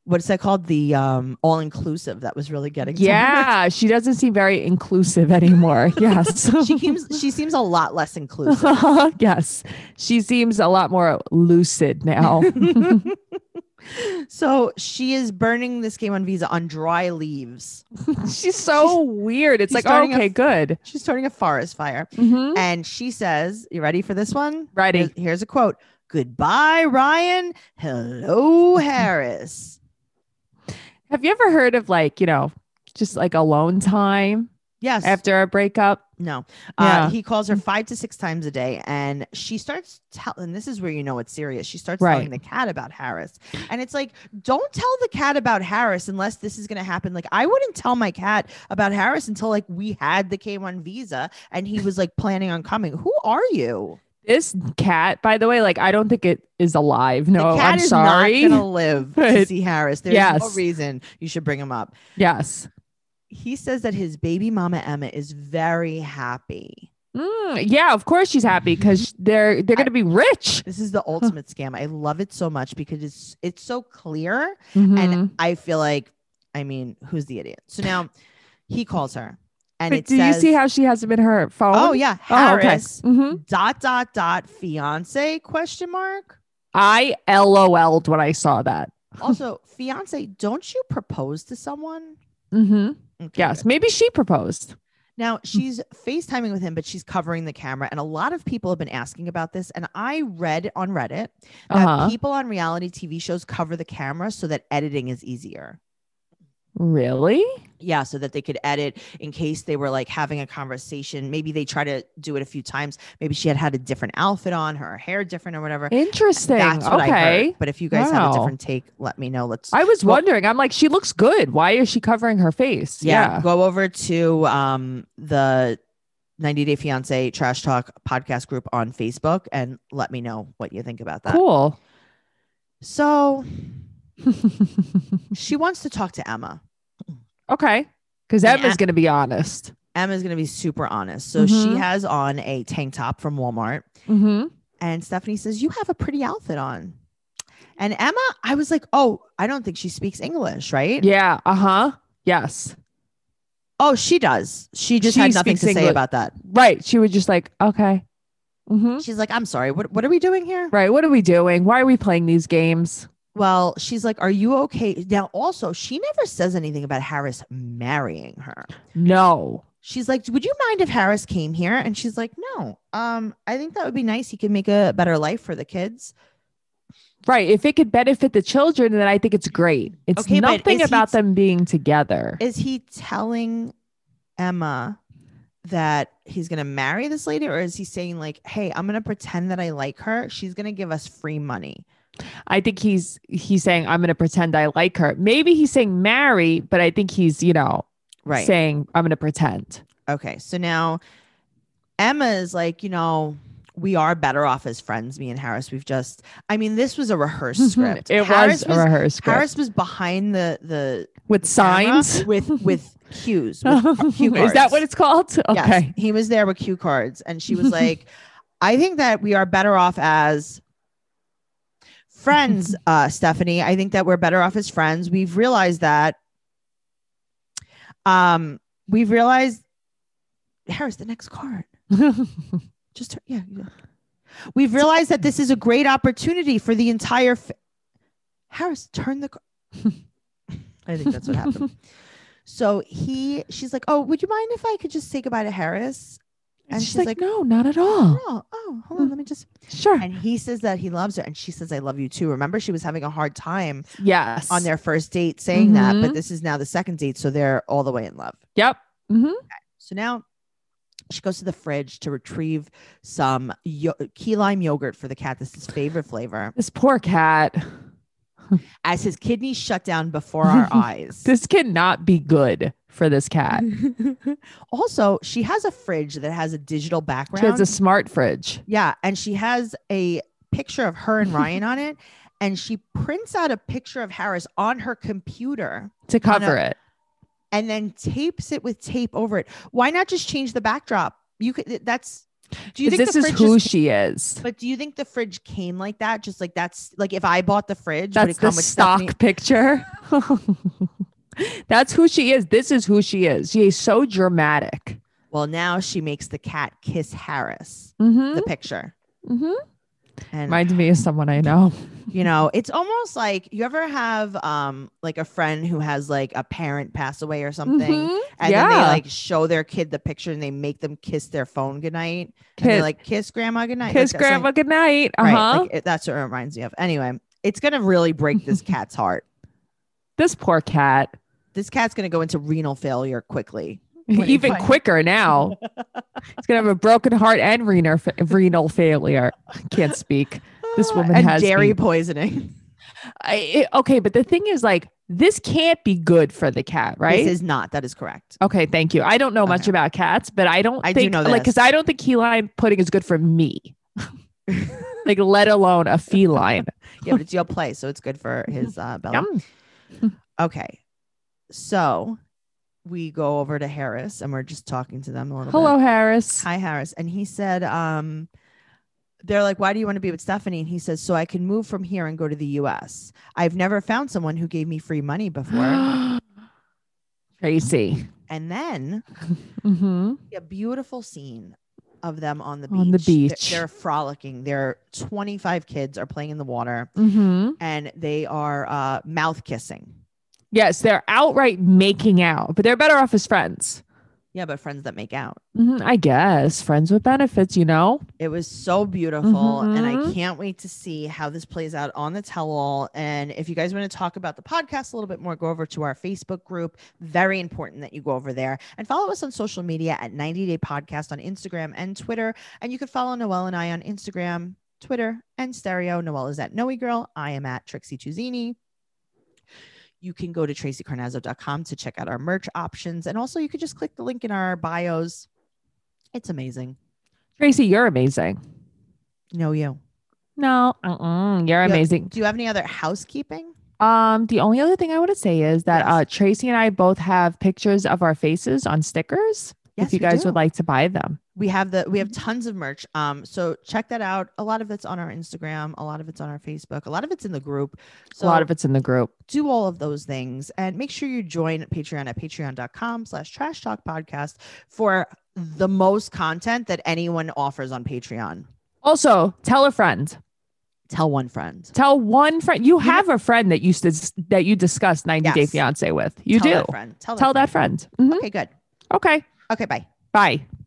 Speaker 2: what's that called? The um, all inclusive that was really getting. to her.
Speaker 3: Yeah, she doesn't seem very inclusive anymore. *laughs* Yes.
Speaker 2: *laughs* *laughs* she seems she seems a lot less inclusive.
Speaker 3: *laughs* yes. She seems a lot more
Speaker 2: *laughs*
Speaker 3: lucid now. *laughs*
Speaker 2: so she is burning this game on Visa on dry leaves.
Speaker 3: She's so weird. It's
Speaker 2: she's
Speaker 3: like, oh,
Speaker 2: starting a Mm-hmm.
Speaker 3: okay,
Speaker 2: f-
Speaker 3: good.
Speaker 2: She's starting a forest fire,
Speaker 3: Mhm.
Speaker 2: and she says, "You ready for this one? Here's,
Speaker 3: Ready.
Speaker 2: here's a quote: Goodbye, Ryan.
Speaker 3: *laughs*
Speaker 2: Hello, Harris."
Speaker 3: Have you ever heard of like, you know, just like alone time
Speaker 2: Yes.
Speaker 3: after a breakup?
Speaker 2: No. Uh,
Speaker 3: Yeah.
Speaker 2: he calls her five to six times a day. And she starts telling, and this is where you know it's serious. She starts telling
Speaker 3: Right.
Speaker 2: the cat about Harris. And it's like, don't tell the cat about Harris unless this is going to happen. Like, I wouldn't tell my cat about Harris until like we had the K1 visa and he was like planning on coming. Who are you?
Speaker 3: This cat, by the way, like I don't think it is alive. No,
Speaker 2: the cat
Speaker 3: I'm
Speaker 2: is
Speaker 3: sorry.
Speaker 2: not going to live to
Speaker 3: *laughs* Right.
Speaker 2: see Harris. There's no
Speaker 3: Yes.
Speaker 2: reason you should bring him up.
Speaker 3: Yes.
Speaker 2: He says that his baby mama Emma is very happy.
Speaker 3: Mm, yeah, of course she's happy because they're they're
Speaker 2: I-
Speaker 3: gonna be rich.
Speaker 2: This is the ultimate scam. I love it so much because it's it's so clear
Speaker 3: Mhm.
Speaker 2: and I feel like I mean, who's the idiot? So now he calls her and
Speaker 3: But
Speaker 2: it
Speaker 3: do
Speaker 2: says,
Speaker 3: you see how she hasn't been her phone?
Speaker 2: Oh yeah,
Speaker 3: Oh, okay.
Speaker 2: Harris
Speaker 3: Mm-hmm.
Speaker 2: dot dot dot fiance question
Speaker 3: *laughs*
Speaker 2: mark.
Speaker 3: I LOL'd when I saw that.
Speaker 2: Also, fiance, don't you propose to someone?
Speaker 3: Mm-hmm.
Speaker 2: Okay,
Speaker 3: Yes.
Speaker 2: good.
Speaker 3: Hmm. Maybe she proposed.
Speaker 2: Now she's FaceTiming with him, but she's covering the camera. And a lot of people have been asking about this. And I read on Reddit that
Speaker 3: Uh-huh.
Speaker 2: people on reality TV shows cover the camera so that editing is easier.
Speaker 3: Really?
Speaker 2: Yeah, so that they could edit in case they were like having a conversation. Maybe they try to do it a few times. Maybe she had had a different outfit on, her hair different, or whatever.
Speaker 3: Interesting.
Speaker 2: That's what I
Speaker 3: okay.
Speaker 2: heard. But if you guys have a
Speaker 3: Wow.
Speaker 2: different take, let me know. Let's
Speaker 3: I, was
Speaker 2: Well-
Speaker 3: wondering. I'm like, she looks good. Why is she covering her face?
Speaker 2: yeah, go over to um the 90 Day Fiance Trash Talk podcast group on Facebook and let me know what you think about that.
Speaker 3: Cool.
Speaker 2: So she wants to talk to Emma.
Speaker 3: *laughs* okay. Because
Speaker 2: And
Speaker 3: Emma's
Speaker 2: a-
Speaker 3: going to be honest.
Speaker 2: Emma's gonna be super honest. So she
Speaker 3: Mhm.
Speaker 2: has on a tank top from Walmart.
Speaker 3: Mm-hmm.
Speaker 2: And Stephanie says, You have a pretty outfit on. And Emma, I was like, Oh, I don't think she speaks English, right?
Speaker 3: Yeah. Uh huh. Yes.
Speaker 2: Oh, she does. She just
Speaker 3: She
Speaker 2: had nothing to
Speaker 3: speaks
Speaker 2: say
Speaker 3: Engli-
Speaker 2: about that.
Speaker 3: Right. She was just like, okay. Mm-hmm.
Speaker 2: She's like, I'm sorry, what, what are we doing here?
Speaker 3: Right. What are we doing? Why are we playing these games?
Speaker 2: Well, she's like, Are you okay? Now, also, she never says anything about Harris marrying her.
Speaker 3: No.
Speaker 2: She's like, Would you mind if Harris came here? And she's like, No, um, I think that would be nice. He could make a better life for the kids.
Speaker 3: Right. If it could benefit the children, then I think it's great. It's
Speaker 2: Okay, but
Speaker 3: nothing
Speaker 2: is he
Speaker 3: about
Speaker 2: t-
Speaker 3: them being together.
Speaker 2: Is he telling Emma that he's going to marry this lady, or is he saying, like, Hey, I'm going to pretend that I like her? She's going to give us free money.
Speaker 3: I think he's he's saying I'm going to pretend I like her. Maybe he's saying marry, but I think he's you know saying I'm going to pretend.
Speaker 2: Okay. So now Emma is like, you know, we are better off as friends, me and Harris. We've just, I mean, this was a rehearsed script.
Speaker 3: Mm-hmm. it
Speaker 2: Harris
Speaker 3: was a rehearsed script
Speaker 2: Harris was behind the the
Speaker 3: with
Speaker 2: camera
Speaker 3: signs.
Speaker 2: with
Speaker 3: *laughs*
Speaker 2: with cues. With ca- cue cards.
Speaker 3: Is that what it's called?
Speaker 2: Yes,
Speaker 3: Okay.
Speaker 2: he was there with cue cards, and she was like, "I think that we are better off as." Friends, uh, Stephanie, I think that we're better off as friends. We've realized that. Um, we've realized Harris, the next card. Just turn, yeah. you go. We've realized that this is a great opportunity for the entire. Fa- Harris, turn the. car- *laughs* I think that's what happened. *laughs* So he, she's like, "Oh, would you mind if I could just say goodbye to Harris?" And she's like,
Speaker 3: no, not at all.
Speaker 2: "No, oh, hold on, let me *laughs* just."
Speaker 3: Sure.
Speaker 2: And he says that he loves her, and she says, "I love you too." Remember, she was having a hard time
Speaker 3: yes.
Speaker 2: on their first date saying that, but
Speaker 3: Mhm.
Speaker 2: this is now the second date, so they're all the way in love.
Speaker 3: Yep.
Speaker 2: Mm-hmm.
Speaker 3: hmm
Speaker 2: So now she goes to the fridge to retrieve some yo- key lime yogurt for the cat. This is his favorite flavor.
Speaker 3: This poor cat.
Speaker 2: As his kidneys shut down before
Speaker 3: *laughs*
Speaker 2: our eyes.
Speaker 3: This cannot be good for this cat.
Speaker 2: also, she has a fridge that has a digital
Speaker 3: She
Speaker 2: background.
Speaker 3: has a smart fridge.
Speaker 2: yeah, and she has a picture of her and Ryan on
Speaker 3: *laughs*
Speaker 2: it. And she prints out a picture of Harris on her computer
Speaker 3: to
Speaker 2: on
Speaker 3: cover it.
Speaker 2: and then tapes it with tape over it. Why not just change the backdrop? You could that's do you think
Speaker 3: this
Speaker 2: the
Speaker 3: is
Speaker 2: fridge
Speaker 3: who
Speaker 2: just-
Speaker 3: she is.
Speaker 2: But do you think the fridge came like that? Just like that's like if I bought the fridge, would
Speaker 3: That's
Speaker 2: it come
Speaker 3: the
Speaker 2: with
Speaker 3: stock
Speaker 2: Stephanie-
Speaker 3: picture. *laughs* That's who she is. This is who she is. She is so dramatic.
Speaker 2: Well, now she makes the cat kiss Harris,
Speaker 3: Mm-hmm.
Speaker 2: the picture.
Speaker 3: hmm
Speaker 2: And
Speaker 3: Reminds me of someone I know.
Speaker 2: you know, it's almost like you ever have um like a friend who has like a parent pass away or something.
Speaker 3: Mhm.
Speaker 2: And then they
Speaker 3: Yeah.
Speaker 2: like show their kid the picture and they make them kiss their phone goodnight. And they're
Speaker 3: Kiss-
Speaker 2: like, kiss grandma goodnight.
Speaker 3: Kiss
Speaker 2: like, that's
Speaker 3: grandma
Speaker 2: like-
Speaker 3: good night. Uh huh.
Speaker 2: Right. Like, it- that's what it reminds me of. Anyway, it's going to really break
Speaker 3: *laughs*
Speaker 2: this cat's heart.
Speaker 3: this poor
Speaker 2: *laughs*
Speaker 3: cat.
Speaker 2: This cat's going to go into renal failure quickly. When he
Speaker 3: Even
Speaker 2: finds- *laughs*
Speaker 3: quicker now. It's gonna have a broken heart and renal fa- renal failure. Can't speak. This *gasps*
Speaker 2: Ah,
Speaker 3: woman
Speaker 2: and
Speaker 3: has
Speaker 2: dairy *laughs*
Speaker 3: me-
Speaker 2: poisoning.
Speaker 3: I, it- okay, but the thing is, like, this can't be good for the cat, right?
Speaker 2: This is not. That is correct.
Speaker 3: Okay, thank you. I don't know much
Speaker 2: Okay.
Speaker 3: about cats, but I don't
Speaker 2: I do
Speaker 3: think
Speaker 2: know
Speaker 3: like because
Speaker 2: this.
Speaker 3: I don't think key lime pudding is good
Speaker 2: *laughs*
Speaker 3: for me. like let alone a feline.
Speaker 2: Yeah, but it's your play, so it's good for his uh, belly.
Speaker 3: Yum.
Speaker 2: Okay, so we go over to Harris, and we're just talking to them a little.
Speaker 3: Hello,
Speaker 2: bit.
Speaker 3: Harris.
Speaker 2: hi Harris, and he said, um, they're like, why do you want to be with Stephanie? And he says, so I
Speaker 3: *gasps*
Speaker 2: can move from here and go to the U.S. I've never found someone who gave me free money before.
Speaker 3: Tracy.
Speaker 2: And then
Speaker 3: Mm-hmm.
Speaker 2: a beautiful scene of them on the beach.
Speaker 3: On the
Speaker 2: They're-
Speaker 3: beach.
Speaker 2: They're, frolicking. Their 25 kids are playing in the water
Speaker 3: Mm-hmm.
Speaker 2: and they are uh, mouth kissing.
Speaker 3: Yes, they're outright making out, but they're better off as friends.
Speaker 2: Yeah, but friends that make out.
Speaker 3: Mhm, I guess friends with benefits, you know.
Speaker 2: It was so beautiful. And I
Speaker 3: Mhm.
Speaker 2: can't wait to see how this plays out on the tell all. And if you guys want to talk about the podcast a little bit more, go over to our Facebook group. Very important that you go over there and follow us on social media at 90 Day Podcast on Instagram and Twitter. And you can follow Noelle and I on Instagram, Twitter, and Stereo. Noelle is at Noe Girl. I am at Trixie Tuzini. You can go to tracycarnazzo.com to check out our merch options. And also, you could just click the link in our bios. It's amazing.
Speaker 3: Tracy, you're amazing.
Speaker 2: Know you.
Speaker 3: No, uh-uh, you're
Speaker 2: Yeah.
Speaker 3: amazing.
Speaker 2: Do you have any other housekeeping?
Speaker 3: Um, the only other thing I want to say is that
Speaker 2: Yes.
Speaker 3: uh, Tracy and I both have pictures of our faces on stickers. if you
Speaker 2: we
Speaker 3: guys
Speaker 2: do.
Speaker 3: would Mm-hmm. like to buy them,
Speaker 2: we have the we have tons of merch. Um, so check that out. A lot of it's on our Instagram, a lot of it's on our Facebook, a lot of it's in the group. So
Speaker 3: a lot of it's in the group.
Speaker 2: do all of those things and make sure you join Patreon at patreon.com slash trash talk podcast for the most content that anyone offers on Patreon.
Speaker 3: Also, tell a friend.
Speaker 2: Tell one friend.
Speaker 3: Tell one friend. You
Speaker 2: know-
Speaker 3: have a friend that you s- that you discussed 90 Day
Speaker 2: Yes.
Speaker 3: Fiance with. You
Speaker 2: Tell
Speaker 3: do.
Speaker 2: that friend. Tell,
Speaker 3: Tell that friend. Mhm.
Speaker 2: Okay, good.
Speaker 3: Okay.
Speaker 2: Okay, bye.
Speaker 3: Bye.